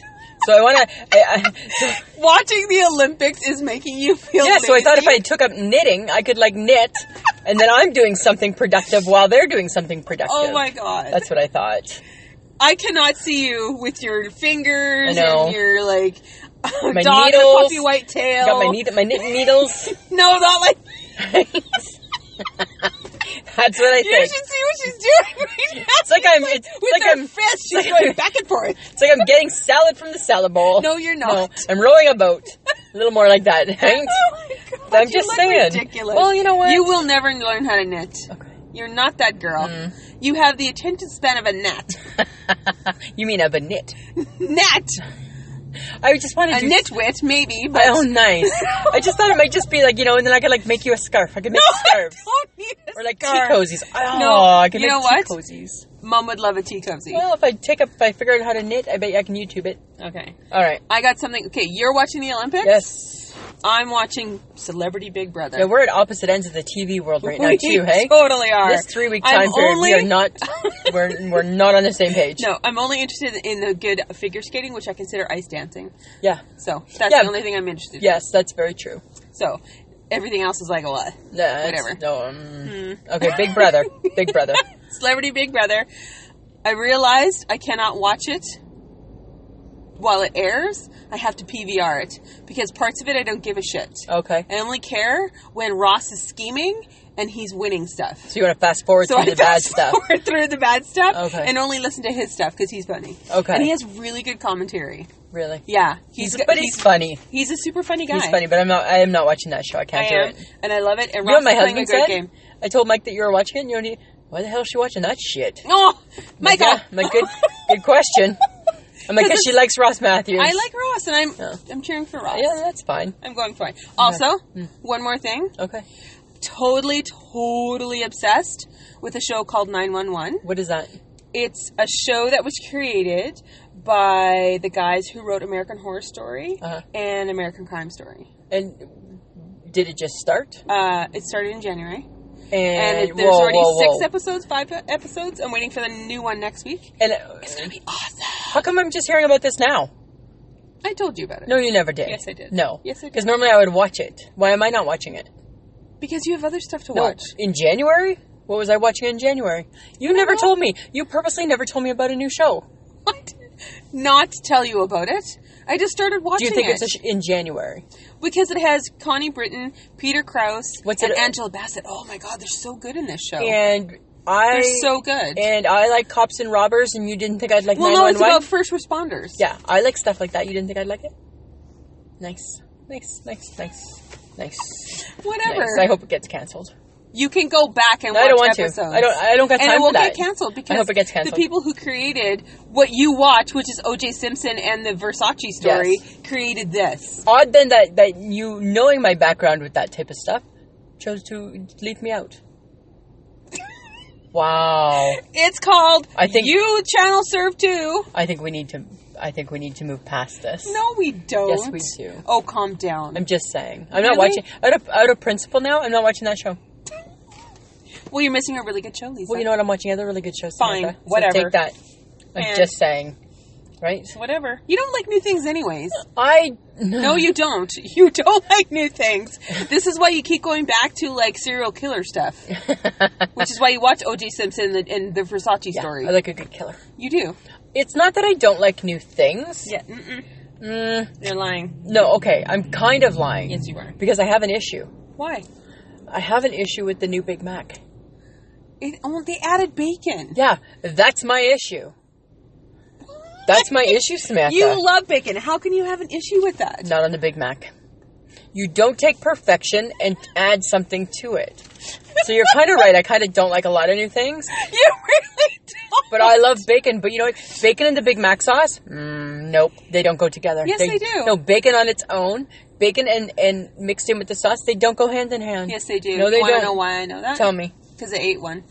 [SPEAKER 3] So I want to I, I, so,
[SPEAKER 2] Watching the Olympics is making you feel.
[SPEAKER 3] Yeah, so I thought if
[SPEAKER 2] lazy.
[SPEAKER 3] I took up knitting, I could like knit and then I'm doing something productive while they're doing something productive.
[SPEAKER 2] Oh my god.
[SPEAKER 3] That's what I thought.
[SPEAKER 2] I cannot see you with your fingers
[SPEAKER 3] I know.
[SPEAKER 2] and your like
[SPEAKER 3] My
[SPEAKER 2] dog with
[SPEAKER 3] needles.
[SPEAKER 2] puppy white tail.
[SPEAKER 3] I got my needle, my knitting needles.
[SPEAKER 2] No, not like
[SPEAKER 3] That's what I
[SPEAKER 2] you
[SPEAKER 3] think.
[SPEAKER 2] should see what she's doing right now.
[SPEAKER 3] It's like I'm. It's,
[SPEAKER 2] with
[SPEAKER 3] like
[SPEAKER 2] her
[SPEAKER 3] I'm.
[SPEAKER 2] fist, she's
[SPEAKER 3] like
[SPEAKER 2] going
[SPEAKER 3] I'm-
[SPEAKER 2] back and forth.
[SPEAKER 3] It's like I'm getting salad from the salad bowl.
[SPEAKER 2] No, you're not.
[SPEAKER 3] I'm rowing a boat. A little more like that. Right?
[SPEAKER 2] Oh my God,
[SPEAKER 3] I'm
[SPEAKER 2] you
[SPEAKER 3] just
[SPEAKER 2] look
[SPEAKER 3] saying.
[SPEAKER 2] Ridiculous.
[SPEAKER 3] Well, you know what?
[SPEAKER 2] You will never learn how to knit. You're not that girl.
[SPEAKER 3] Mm.
[SPEAKER 2] You have the attention span of a gnat.
[SPEAKER 3] you mean of a knit?
[SPEAKER 2] Gnat.
[SPEAKER 3] I just wanted
[SPEAKER 2] A
[SPEAKER 3] to do
[SPEAKER 2] nitwit, maybe, but
[SPEAKER 3] Oh, nice. I just thought it might just be like, you know, and then I could like make you a scarf. I could make scarves. Or like tea cozies. Oh,
[SPEAKER 2] No,
[SPEAKER 3] I could
[SPEAKER 2] you
[SPEAKER 3] make
[SPEAKER 2] know
[SPEAKER 3] tea
[SPEAKER 2] what?
[SPEAKER 3] cozies.
[SPEAKER 2] Mom would love a tea cozy.
[SPEAKER 3] Well, if I take up, if I figure out how to knit, I bet you I can YouTube it.
[SPEAKER 2] Okay.
[SPEAKER 3] All right.
[SPEAKER 2] I got something. Okay, you're watching the Olympics.
[SPEAKER 3] Yes.
[SPEAKER 2] I'm watching Celebrity Big Brother.
[SPEAKER 3] Yeah, we're at opposite ends of the TV world right now,
[SPEAKER 2] We
[SPEAKER 3] too. Hey,
[SPEAKER 2] totally are.
[SPEAKER 3] this three-week
[SPEAKER 2] I'm
[SPEAKER 3] time period,
[SPEAKER 2] only-
[SPEAKER 3] we are not, we're we're not on the same page.
[SPEAKER 2] No, I'm only interested in the good figure skating, which I consider ice dancing.
[SPEAKER 3] Yeah.
[SPEAKER 2] So that's
[SPEAKER 3] Yeah.
[SPEAKER 2] the only thing I'm interested. in.
[SPEAKER 3] Yes, that's very true.
[SPEAKER 2] So everything else is like a lot.
[SPEAKER 3] Nah,
[SPEAKER 2] Whatever. Hmm.
[SPEAKER 3] it's- No. Um, Okay, Big Brother. Big Brother.
[SPEAKER 2] Celebrity Big Brother. I realized I cannot watch it while it airs. I have to PVR it because parts of it I don't give a shit.
[SPEAKER 3] Okay.
[SPEAKER 2] I only care when Ross is scheming and he's winning stuff.
[SPEAKER 3] So you want to fast forward
[SPEAKER 2] So
[SPEAKER 3] to
[SPEAKER 2] I
[SPEAKER 3] the bad
[SPEAKER 2] fast
[SPEAKER 3] stuff?
[SPEAKER 2] forward through the bad stuff
[SPEAKER 3] Okay.
[SPEAKER 2] and only listen to his stuff because he's funny.
[SPEAKER 3] Okay.
[SPEAKER 2] and he has really good commentary.
[SPEAKER 3] Really?
[SPEAKER 2] Yeah,
[SPEAKER 3] He's,
[SPEAKER 2] got-
[SPEAKER 3] but he's, funny.
[SPEAKER 2] He's a super funny guy.
[SPEAKER 3] He's funny, but I'm not. I am not watching that show. I
[SPEAKER 2] I
[SPEAKER 3] can't do
[SPEAKER 2] am,
[SPEAKER 3] it.
[SPEAKER 2] and I love it. And
[SPEAKER 3] You know
[SPEAKER 2] Ross
[SPEAKER 3] what my
[SPEAKER 2] is playing a
[SPEAKER 3] husband
[SPEAKER 2] great
[SPEAKER 3] said?
[SPEAKER 2] game.
[SPEAKER 3] I told Mike that you were watching it, and you already. Why the hell is she watching that shit?
[SPEAKER 2] Oh, Michael,
[SPEAKER 3] Yeah, my good, good question. I'm like,
[SPEAKER 2] 'Cause
[SPEAKER 3] cause she likes Ross Matthews.
[SPEAKER 2] I like Ross, and I'm
[SPEAKER 3] Yeah.
[SPEAKER 2] I'm cheering for Ross.
[SPEAKER 3] Yeah, that's fine.
[SPEAKER 2] I'm going for it. Also,
[SPEAKER 3] Mm.
[SPEAKER 2] one more thing.
[SPEAKER 3] Okay.
[SPEAKER 2] Totally, totally obsessed with a show called 911.
[SPEAKER 3] What is that?
[SPEAKER 2] It's a show that was created by the guys who wrote American Horror Story
[SPEAKER 3] Uh-huh.
[SPEAKER 2] and American Crime Story.
[SPEAKER 3] And did it just start?
[SPEAKER 2] Uh, it started in January,
[SPEAKER 3] And,
[SPEAKER 2] and it, there's
[SPEAKER 3] whoa,
[SPEAKER 2] already
[SPEAKER 3] whoa,
[SPEAKER 2] six
[SPEAKER 3] whoa.
[SPEAKER 2] episodes, five e-, episodes. I'm waiting for the new one next week.
[SPEAKER 3] And uh,
[SPEAKER 2] It's gonna be awesome.
[SPEAKER 3] how come I'm just hearing about this now?
[SPEAKER 2] I told you about it.
[SPEAKER 3] No, you never did.
[SPEAKER 2] Yes, I did.
[SPEAKER 3] No.
[SPEAKER 2] Yes, I did.
[SPEAKER 3] Because normally I would watch it. Why am I not watching it?
[SPEAKER 2] Because you have other stuff to
[SPEAKER 3] No,
[SPEAKER 2] watch.
[SPEAKER 3] in January? What was I watching in January? You never
[SPEAKER 2] know.
[SPEAKER 3] told me. You purposely never told me about a new show.
[SPEAKER 2] I did not tell you about it. I just started
[SPEAKER 3] Do
[SPEAKER 2] watching
[SPEAKER 3] you think
[SPEAKER 2] it
[SPEAKER 3] it's a sh- in January?
[SPEAKER 2] because it has Connie Britton, Peter Krause,
[SPEAKER 3] What's
[SPEAKER 2] and
[SPEAKER 3] it-
[SPEAKER 2] Angela Bassett. Oh my God, they're so good in this show.
[SPEAKER 3] And I
[SPEAKER 2] they're Oh. so good.
[SPEAKER 3] and I like cops and robbers, and you didn't think I'd like
[SPEAKER 2] well,
[SPEAKER 3] nine
[SPEAKER 2] no,
[SPEAKER 3] one
[SPEAKER 2] it's
[SPEAKER 3] one.
[SPEAKER 2] about first responders.
[SPEAKER 3] Yeah, I like stuff like that. You didn't think I'd like it? Nice, nice, nice, nice, nice.
[SPEAKER 2] whatever.
[SPEAKER 3] nice. I hope it gets canceled.
[SPEAKER 2] you can go back and
[SPEAKER 3] No,
[SPEAKER 2] watch
[SPEAKER 3] I don't want
[SPEAKER 2] episodes.
[SPEAKER 3] to. I don't. I don't got
[SPEAKER 2] And
[SPEAKER 3] time
[SPEAKER 2] it will
[SPEAKER 3] for that.
[SPEAKER 2] get canceled because
[SPEAKER 3] I hope it gets canceled.
[SPEAKER 2] the people who created what you watch, which is O.J. Simpson and the Versace story,
[SPEAKER 3] Yes.
[SPEAKER 2] created this.
[SPEAKER 3] Odd then that that you knowing my background with that type of stuff chose to leave me out. wow.
[SPEAKER 2] It's called
[SPEAKER 3] I think-
[SPEAKER 2] You Channel Serve Two.
[SPEAKER 3] I think we need to. I think we need to move past this.
[SPEAKER 2] No, we don't.
[SPEAKER 3] Yes, we do.
[SPEAKER 2] Oh, calm down.
[SPEAKER 3] I'm just saying. I'm not
[SPEAKER 2] Really?
[SPEAKER 3] watching. Out of out of principle now, I'm not watching that show.
[SPEAKER 2] Well, you're missing a really good show, Lisa.
[SPEAKER 3] Well, you know what? I'm watching other really good shows.
[SPEAKER 2] Fine,
[SPEAKER 3] Samantha, so
[SPEAKER 2] whatever.
[SPEAKER 3] Take that. I'm
[SPEAKER 2] Eh.
[SPEAKER 3] just saying. Right?
[SPEAKER 2] whatever. You don't like new things, anyways.
[SPEAKER 3] I
[SPEAKER 2] No, you don't. You don't like new things. This is why you keep going back to like serial killer stuff, which is why you watch O.J. Simpson and the, and the Versace
[SPEAKER 3] Yeah,
[SPEAKER 2] story.
[SPEAKER 3] I like a good killer.
[SPEAKER 2] you do.
[SPEAKER 3] It's not that I don't like new things.
[SPEAKER 2] Yeah. Mm-mm. You're lying.
[SPEAKER 3] No. Okay. I'm kind of lying.
[SPEAKER 2] Yes, you are.
[SPEAKER 3] Because I have an issue.
[SPEAKER 2] Why?
[SPEAKER 3] I have an issue with the new Big Mac.
[SPEAKER 2] It, oh, they added bacon.
[SPEAKER 3] Yeah, that's my issue. That's my issue, Samantha.
[SPEAKER 2] You love bacon. How can you have an issue with that?
[SPEAKER 3] Not on the Big Mac. You don't take perfection and add something to it. So you're kind of right. I kind of don't like a lot of new things,
[SPEAKER 2] You really don't.
[SPEAKER 3] but I love bacon. But you know what? Bacon and the Big Mac sauce? Mm, nope, they don't go together.
[SPEAKER 2] Yes, they do.
[SPEAKER 3] No, bacon on its own, bacon and and mixed in with the sauce, they don't go hand in hand.
[SPEAKER 2] Yes, they do.
[SPEAKER 3] No, they
[SPEAKER 2] Wanna
[SPEAKER 3] don't.
[SPEAKER 2] know why I know that?
[SPEAKER 3] Tell me,
[SPEAKER 2] Because I ate one.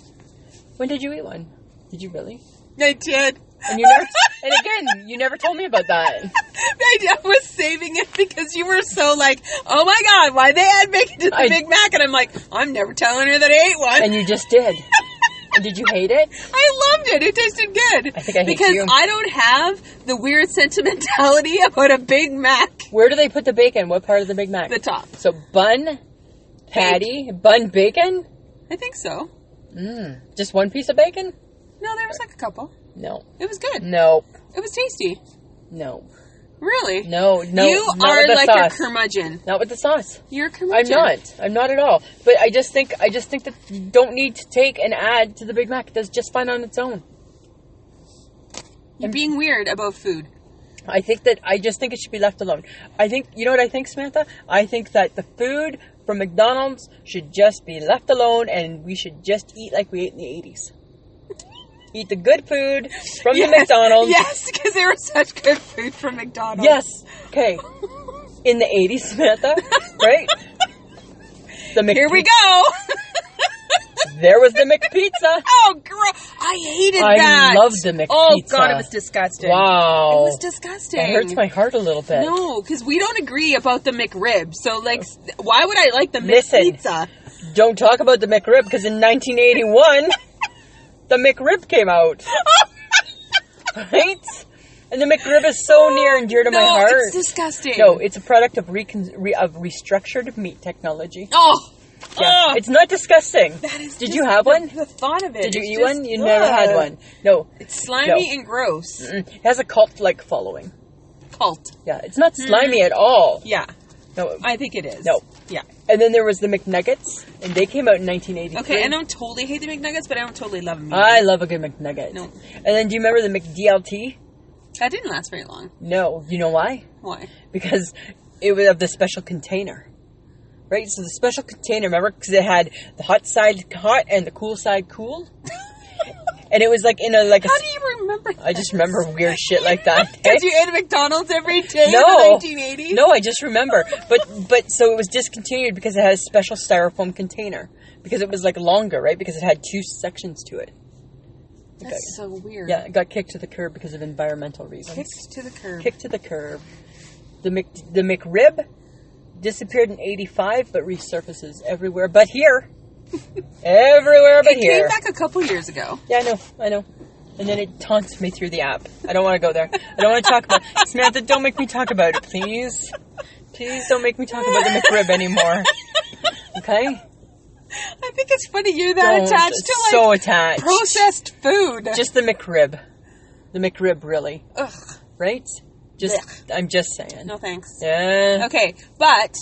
[SPEAKER 3] when did you eat one? Did you really?
[SPEAKER 2] I did.
[SPEAKER 3] And you never. and again, you never told me about that.
[SPEAKER 2] I, I was saving it because you were so like, oh my god, why they add bacon to the
[SPEAKER 3] I-
[SPEAKER 2] Big Mac? And I'm like, I'm never telling her that I ate one.
[SPEAKER 3] And you just did. And did you hate it?
[SPEAKER 2] I loved it. It tasted good.
[SPEAKER 3] I think I hate
[SPEAKER 2] because
[SPEAKER 3] you.
[SPEAKER 2] I don't have the weird sentimentality about a Big Mac.
[SPEAKER 3] Where do they put the bacon? What part of the Big Mac?
[SPEAKER 2] The top.
[SPEAKER 3] So bun, patty, bun bacon.
[SPEAKER 2] I think so.
[SPEAKER 3] Just one piece of bacon?
[SPEAKER 2] No, there was like a couple.
[SPEAKER 3] No,
[SPEAKER 2] It was good.
[SPEAKER 3] no,
[SPEAKER 2] It was tasty.
[SPEAKER 3] no,
[SPEAKER 2] Really?
[SPEAKER 3] no, no.
[SPEAKER 2] you
[SPEAKER 3] not
[SPEAKER 2] are
[SPEAKER 3] with the
[SPEAKER 2] like
[SPEAKER 3] sauce.
[SPEAKER 2] a curmudgeon.
[SPEAKER 3] Not with the sauce.
[SPEAKER 2] You're a
[SPEAKER 3] I'm
[SPEAKER 2] curmudgeon.
[SPEAKER 3] not. I'm not at all. But I just think I just think that you don't need to take and add to the Big Mac. It does just fine on its own.
[SPEAKER 2] You're being weird about food.
[SPEAKER 3] I think that I just think it should be left alone. I think you know what I think, Samantha. I think that the food from McDonald's should just be left alone, and we should just eat like we ate in the eighties. eat the good food from
[SPEAKER 2] Yes.
[SPEAKER 3] the McDonald's.
[SPEAKER 2] Yes, because they were such good food from McDonald's.
[SPEAKER 3] Yes. Okay. In the 80s, Samantha, right? The Mc-
[SPEAKER 2] Here we go.
[SPEAKER 3] There was the McPizza.
[SPEAKER 2] Oh, girl. I hated
[SPEAKER 3] I
[SPEAKER 2] that.
[SPEAKER 3] love the McPizza.
[SPEAKER 2] Oh, God, it was disgusting. It
[SPEAKER 3] Wow.
[SPEAKER 2] was disgusting.
[SPEAKER 3] That hurts my heart a little bit.
[SPEAKER 2] No, because we don't agree about the McRib. So, like, s- why would I like the
[SPEAKER 3] Listen.
[SPEAKER 2] McPizza?
[SPEAKER 3] Don't talk about the McRib because in 1981, the McRib came out. right? And the McRib is so near and dear to
[SPEAKER 2] no,
[SPEAKER 3] my heart.
[SPEAKER 2] it's disgusting.
[SPEAKER 3] no, it's a product of, recon- re- of restructured meat technology.
[SPEAKER 2] oh,
[SPEAKER 3] Yeah.
[SPEAKER 2] Ugh.
[SPEAKER 3] It's not disgusting.
[SPEAKER 2] that is.
[SPEAKER 3] Did
[SPEAKER 2] just
[SPEAKER 3] you have one?
[SPEAKER 2] The thought of it.
[SPEAKER 3] Did you
[SPEAKER 2] is
[SPEAKER 3] eat
[SPEAKER 2] just-
[SPEAKER 3] one? You never had
[SPEAKER 2] ugh.
[SPEAKER 3] one. No,
[SPEAKER 2] It's slimy
[SPEAKER 3] No. Mm.
[SPEAKER 2] and gross.
[SPEAKER 3] it has a cult-like following.
[SPEAKER 2] Cult.
[SPEAKER 3] Yeah, it's not slimy at all.
[SPEAKER 2] Yeah,
[SPEAKER 3] No,
[SPEAKER 2] Mm-hmm. I think it is.
[SPEAKER 3] No.
[SPEAKER 2] Yeah.
[SPEAKER 3] and then there was the McNuggets, and they came out in 1983.
[SPEAKER 2] Okay, I don't totally hate the McNuggets, but I don't totally love them.
[SPEAKER 3] I love a good McNugget.
[SPEAKER 2] No.
[SPEAKER 3] And then do you remember the McDLT?
[SPEAKER 2] That didn't last very long.
[SPEAKER 3] No, you know why?
[SPEAKER 2] Why?
[SPEAKER 3] Because it would have the special container, right? So the special container, remember, because it had the hot side hot and the cool side cool, and it was like in a like a.
[SPEAKER 2] How do you remember?
[SPEAKER 3] I just remember weird shit like that.
[SPEAKER 2] Did you eat McDonald's every day
[SPEAKER 3] No.
[SPEAKER 2] in the 1980s?
[SPEAKER 3] No, I just remember. But but so it was discontinued because it had a special styrofoam container because it was like longer, right? Because it had two sections to it.
[SPEAKER 2] That's so weird.
[SPEAKER 3] Yeah, it got kicked to the curb because of environmental reasons.
[SPEAKER 2] Kicked to the curb.
[SPEAKER 3] Kicked to the curb. The Mc, the McRib disappeared in '85, but resurfaces everywhere. But here, everywhere but
[SPEAKER 2] it
[SPEAKER 3] here.
[SPEAKER 2] came back a couple years ago.
[SPEAKER 3] Yeah, I know, I know. And then it taunts me through the app. I don't want to go there. I don't want to talk about Samantha. Don't make me talk about it, please. Please don't make me talk about the McRib anymore. Okay?
[SPEAKER 2] I think it's funny you're that
[SPEAKER 3] Don't.
[SPEAKER 2] attached
[SPEAKER 3] It's
[SPEAKER 2] to
[SPEAKER 3] so
[SPEAKER 2] like
[SPEAKER 3] attached.
[SPEAKER 2] processed food.
[SPEAKER 3] Just the McRib. The McRib, really,
[SPEAKER 2] Ugh,
[SPEAKER 3] right? Just I'm just saying.
[SPEAKER 2] no thanks.
[SPEAKER 3] Yeah.
[SPEAKER 2] Okay, but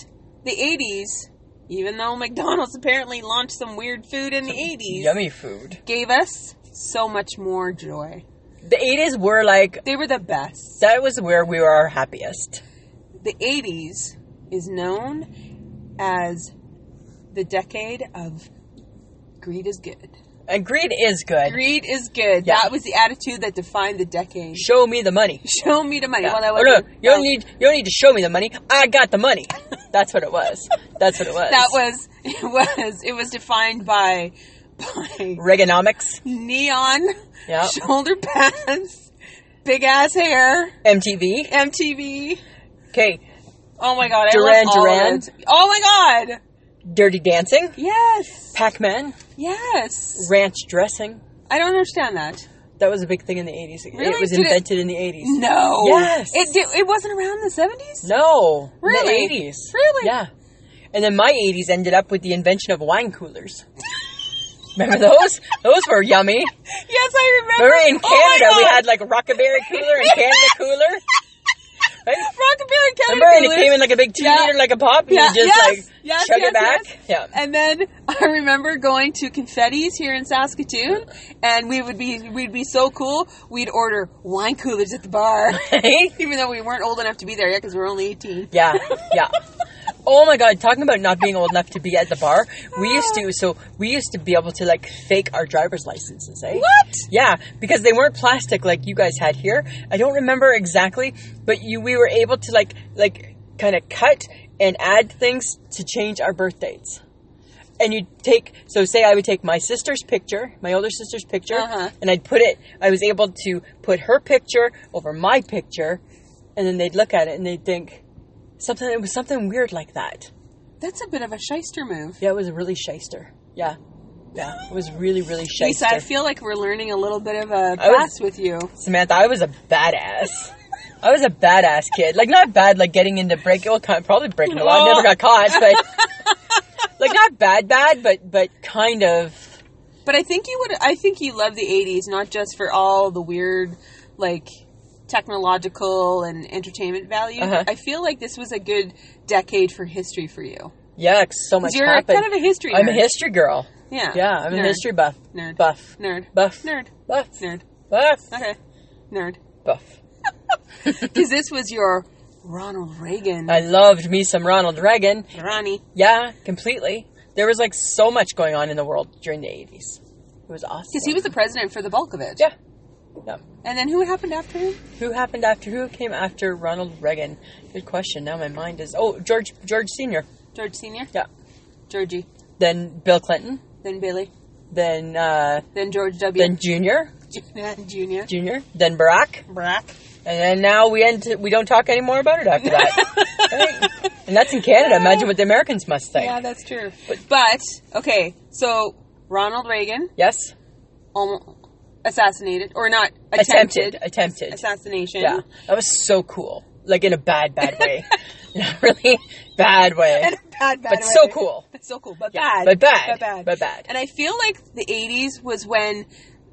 [SPEAKER 2] the 80s, even though McDonald's apparently launched some weird food in the 80s,
[SPEAKER 3] Yummy food.
[SPEAKER 2] gave us so much more joy.
[SPEAKER 3] The 80s were like
[SPEAKER 2] They were the best.
[SPEAKER 3] that was where we were our happiest.
[SPEAKER 2] The 80s is known as the decade of greed is good.
[SPEAKER 3] And greed is good.
[SPEAKER 2] Greed is good.
[SPEAKER 3] Yeah.
[SPEAKER 2] That was the attitude that defined the decade.
[SPEAKER 3] Show me the money.
[SPEAKER 2] Show me the money.
[SPEAKER 3] Yeah.
[SPEAKER 2] Well, that
[SPEAKER 3] oh no,
[SPEAKER 2] wasn't-
[SPEAKER 3] you don't
[SPEAKER 2] no,
[SPEAKER 3] need you don't need to show me the money. I got the money. That's what it was. That's what it was.
[SPEAKER 2] That was it. Was it was defined by by
[SPEAKER 3] Reaganomics,
[SPEAKER 2] neon
[SPEAKER 3] Yeah.
[SPEAKER 2] shoulder pads, big ass hair,
[SPEAKER 3] MTV.
[SPEAKER 2] MTV.
[SPEAKER 3] Okay,
[SPEAKER 2] Oh my god, I
[SPEAKER 3] Duran
[SPEAKER 2] love all
[SPEAKER 3] Duran.
[SPEAKER 2] of it. Oh my god,
[SPEAKER 3] Dirty Dancing,
[SPEAKER 2] yes,
[SPEAKER 3] Pac-Man,
[SPEAKER 2] yes.
[SPEAKER 3] ranch dressing.
[SPEAKER 2] I don't understand that.
[SPEAKER 3] That was a big thing in the eighties. It
[SPEAKER 2] Really?
[SPEAKER 3] was
[SPEAKER 2] Did it-
[SPEAKER 3] invented in the eighties.
[SPEAKER 2] No.
[SPEAKER 3] Yes.
[SPEAKER 2] It did, it wasn't around in the seventies.
[SPEAKER 3] No, in the
[SPEAKER 2] Really?
[SPEAKER 3] eighties.
[SPEAKER 2] Really?
[SPEAKER 3] Yeah. And then my eighties ended up with the invention of wine coolers. Remember those? Those were yummy.
[SPEAKER 2] Yes, I remember.
[SPEAKER 3] Remember in
[SPEAKER 2] Oh my
[SPEAKER 3] Canada we
[SPEAKER 2] God.
[SPEAKER 3] had like Rockaberry cooler and Canada cooler. Right?
[SPEAKER 2] Rockabilly and Canada.
[SPEAKER 3] Remember, and it
[SPEAKER 2] Coolers.
[SPEAKER 3] came in like a big two
[SPEAKER 2] Yeah.
[SPEAKER 3] liter, like a pop, and
[SPEAKER 2] Yeah,
[SPEAKER 3] you just
[SPEAKER 2] yes,
[SPEAKER 3] like
[SPEAKER 2] yes,
[SPEAKER 3] chug
[SPEAKER 2] yes,
[SPEAKER 3] it back.
[SPEAKER 2] yes.
[SPEAKER 3] Yeah.
[SPEAKER 2] And then I remember going to Confetti's here in Saskatoon, and we would be we'd be so cool. We'd order wine coolers at the bar, even though we weren't old enough to be there yet because we were only eighteen.
[SPEAKER 3] yeah, yeah. Oh my god, talking about not being old enough to be at the bar, we used to, so we used to be able to like fake our driver's licenses, eh?
[SPEAKER 2] What?
[SPEAKER 3] Yeah, because they weren't plastic like you guys had here. I don't remember exactly, but you, we were able to like, like kind of cut and add things to change our birth dates. and you'd take so say I would take my sister's picture, my older sister's picture,
[SPEAKER 2] Uh-huh.
[SPEAKER 3] and I'd put it. I was able to put her picture over my picture, and then they'd look at it and they'd think something. It was something weird like that.
[SPEAKER 2] That's a bit of a shyster move.
[SPEAKER 3] Yeah, it was really shyster. Yeah, yeah, it was really really
[SPEAKER 2] Lisa,
[SPEAKER 3] shyster. Oh.
[SPEAKER 2] I feel like we're learning a little bit of a
[SPEAKER 3] I was-
[SPEAKER 2] class with you.
[SPEAKER 3] Samantha, I was a badass. I was a badass kid. Like not bad, like getting into break. Well, kind probably breaking a law. I
[SPEAKER 2] Oh.
[SPEAKER 3] never got caught, but like not bad, bad, but but kind of.
[SPEAKER 2] But I think you would. I think you love the '80s, not just for all the weird, like technological and entertainment value.
[SPEAKER 3] Uh-huh.
[SPEAKER 2] I feel like this was a good decade for history for you.
[SPEAKER 3] Yeah, 'cause so much
[SPEAKER 2] You're
[SPEAKER 3] happened.
[SPEAKER 2] kind of a history.
[SPEAKER 3] I'm a
[SPEAKER 2] nerd.
[SPEAKER 3] history girl.
[SPEAKER 2] Yeah.
[SPEAKER 3] Yeah, I'm
[SPEAKER 2] Nerd.
[SPEAKER 3] a history buff.
[SPEAKER 2] Nerd.
[SPEAKER 3] Buff.
[SPEAKER 2] Nerd.
[SPEAKER 3] Buff.
[SPEAKER 2] Nerd.
[SPEAKER 3] Buff.
[SPEAKER 2] Nerd.
[SPEAKER 3] Buff.
[SPEAKER 2] Okay. Nerd.
[SPEAKER 3] Buff.
[SPEAKER 2] Because this was your Ronald Reagan.
[SPEAKER 3] I loved me some Ronald Reagan.
[SPEAKER 2] Ronnie.
[SPEAKER 3] Yeah, completely. There was like so much going on in the world during the 80s. It was awesome.
[SPEAKER 2] Because he was the president for the bulk of it.
[SPEAKER 3] Yeah. Yep.
[SPEAKER 2] And then who happened after him?
[SPEAKER 3] Who happened after? Who came after Ronald Reagan? Good question. Now my mind is. Oh, George George Senior.
[SPEAKER 2] George Sr.?
[SPEAKER 3] Yeah.
[SPEAKER 2] Georgie.
[SPEAKER 3] Then Bill Clinton.
[SPEAKER 2] Then Billy.
[SPEAKER 3] Then uh,
[SPEAKER 2] Then George W.
[SPEAKER 3] then Junior.
[SPEAKER 2] Then Junior.
[SPEAKER 3] Junior. Then Barack.
[SPEAKER 2] Brack.
[SPEAKER 3] And then now we end. We don't talk anymore about it after that. Right? And that's in Canada. Imagine what the Americans must think.
[SPEAKER 2] Yeah, that's true. But, okay, so Ronald Reagan
[SPEAKER 3] Yes.
[SPEAKER 2] almo assassinated, or not, attempted,
[SPEAKER 3] Attempted. Attempted.
[SPEAKER 2] assassination.
[SPEAKER 3] Yeah. That was so cool. Like in a bad, bad way. Not really bad way.
[SPEAKER 2] Bad, bad
[SPEAKER 3] But
[SPEAKER 2] way.
[SPEAKER 3] so cool.
[SPEAKER 2] But so cool, but
[SPEAKER 3] Yeah,
[SPEAKER 2] bad.
[SPEAKER 3] but bad,
[SPEAKER 2] But bad.
[SPEAKER 3] but bad.
[SPEAKER 2] And I feel like the 80s was when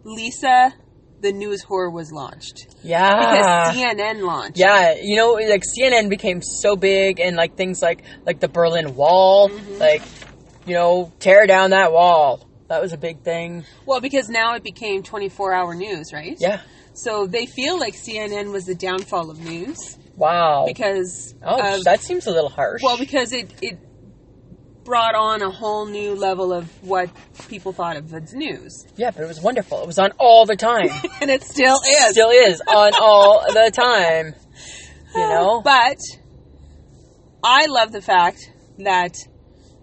[SPEAKER 2] Lisa, the news whore, was launched. Because
[SPEAKER 3] Yeah.
[SPEAKER 2] CNN launched.
[SPEAKER 3] Uh-huh. Yeah, you know, like CNN became so big, and like things like like the Berlin Wall,
[SPEAKER 2] Mm-hmm.
[SPEAKER 3] like you know, tear down that wall. That was a big thing.
[SPEAKER 2] Well, because now it became 24 hour news, right?
[SPEAKER 3] Yeah.
[SPEAKER 2] So they feel like CNN was the downfall of news
[SPEAKER 3] Wow.
[SPEAKER 2] because
[SPEAKER 3] oh,
[SPEAKER 2] of-
[SPEAKER 3] that seems a little harsh.
[SPEAKER 2] well because it it brought on a whole new level of what people thought of as news,
[SPEAKER 3] yeah, but it was wonderful. It was on all the time.
[SPEAKER 2] and it still is.
[SPEAKER 3] Still is on all the time. You know.
[SPEAKER 2] But I love the fact that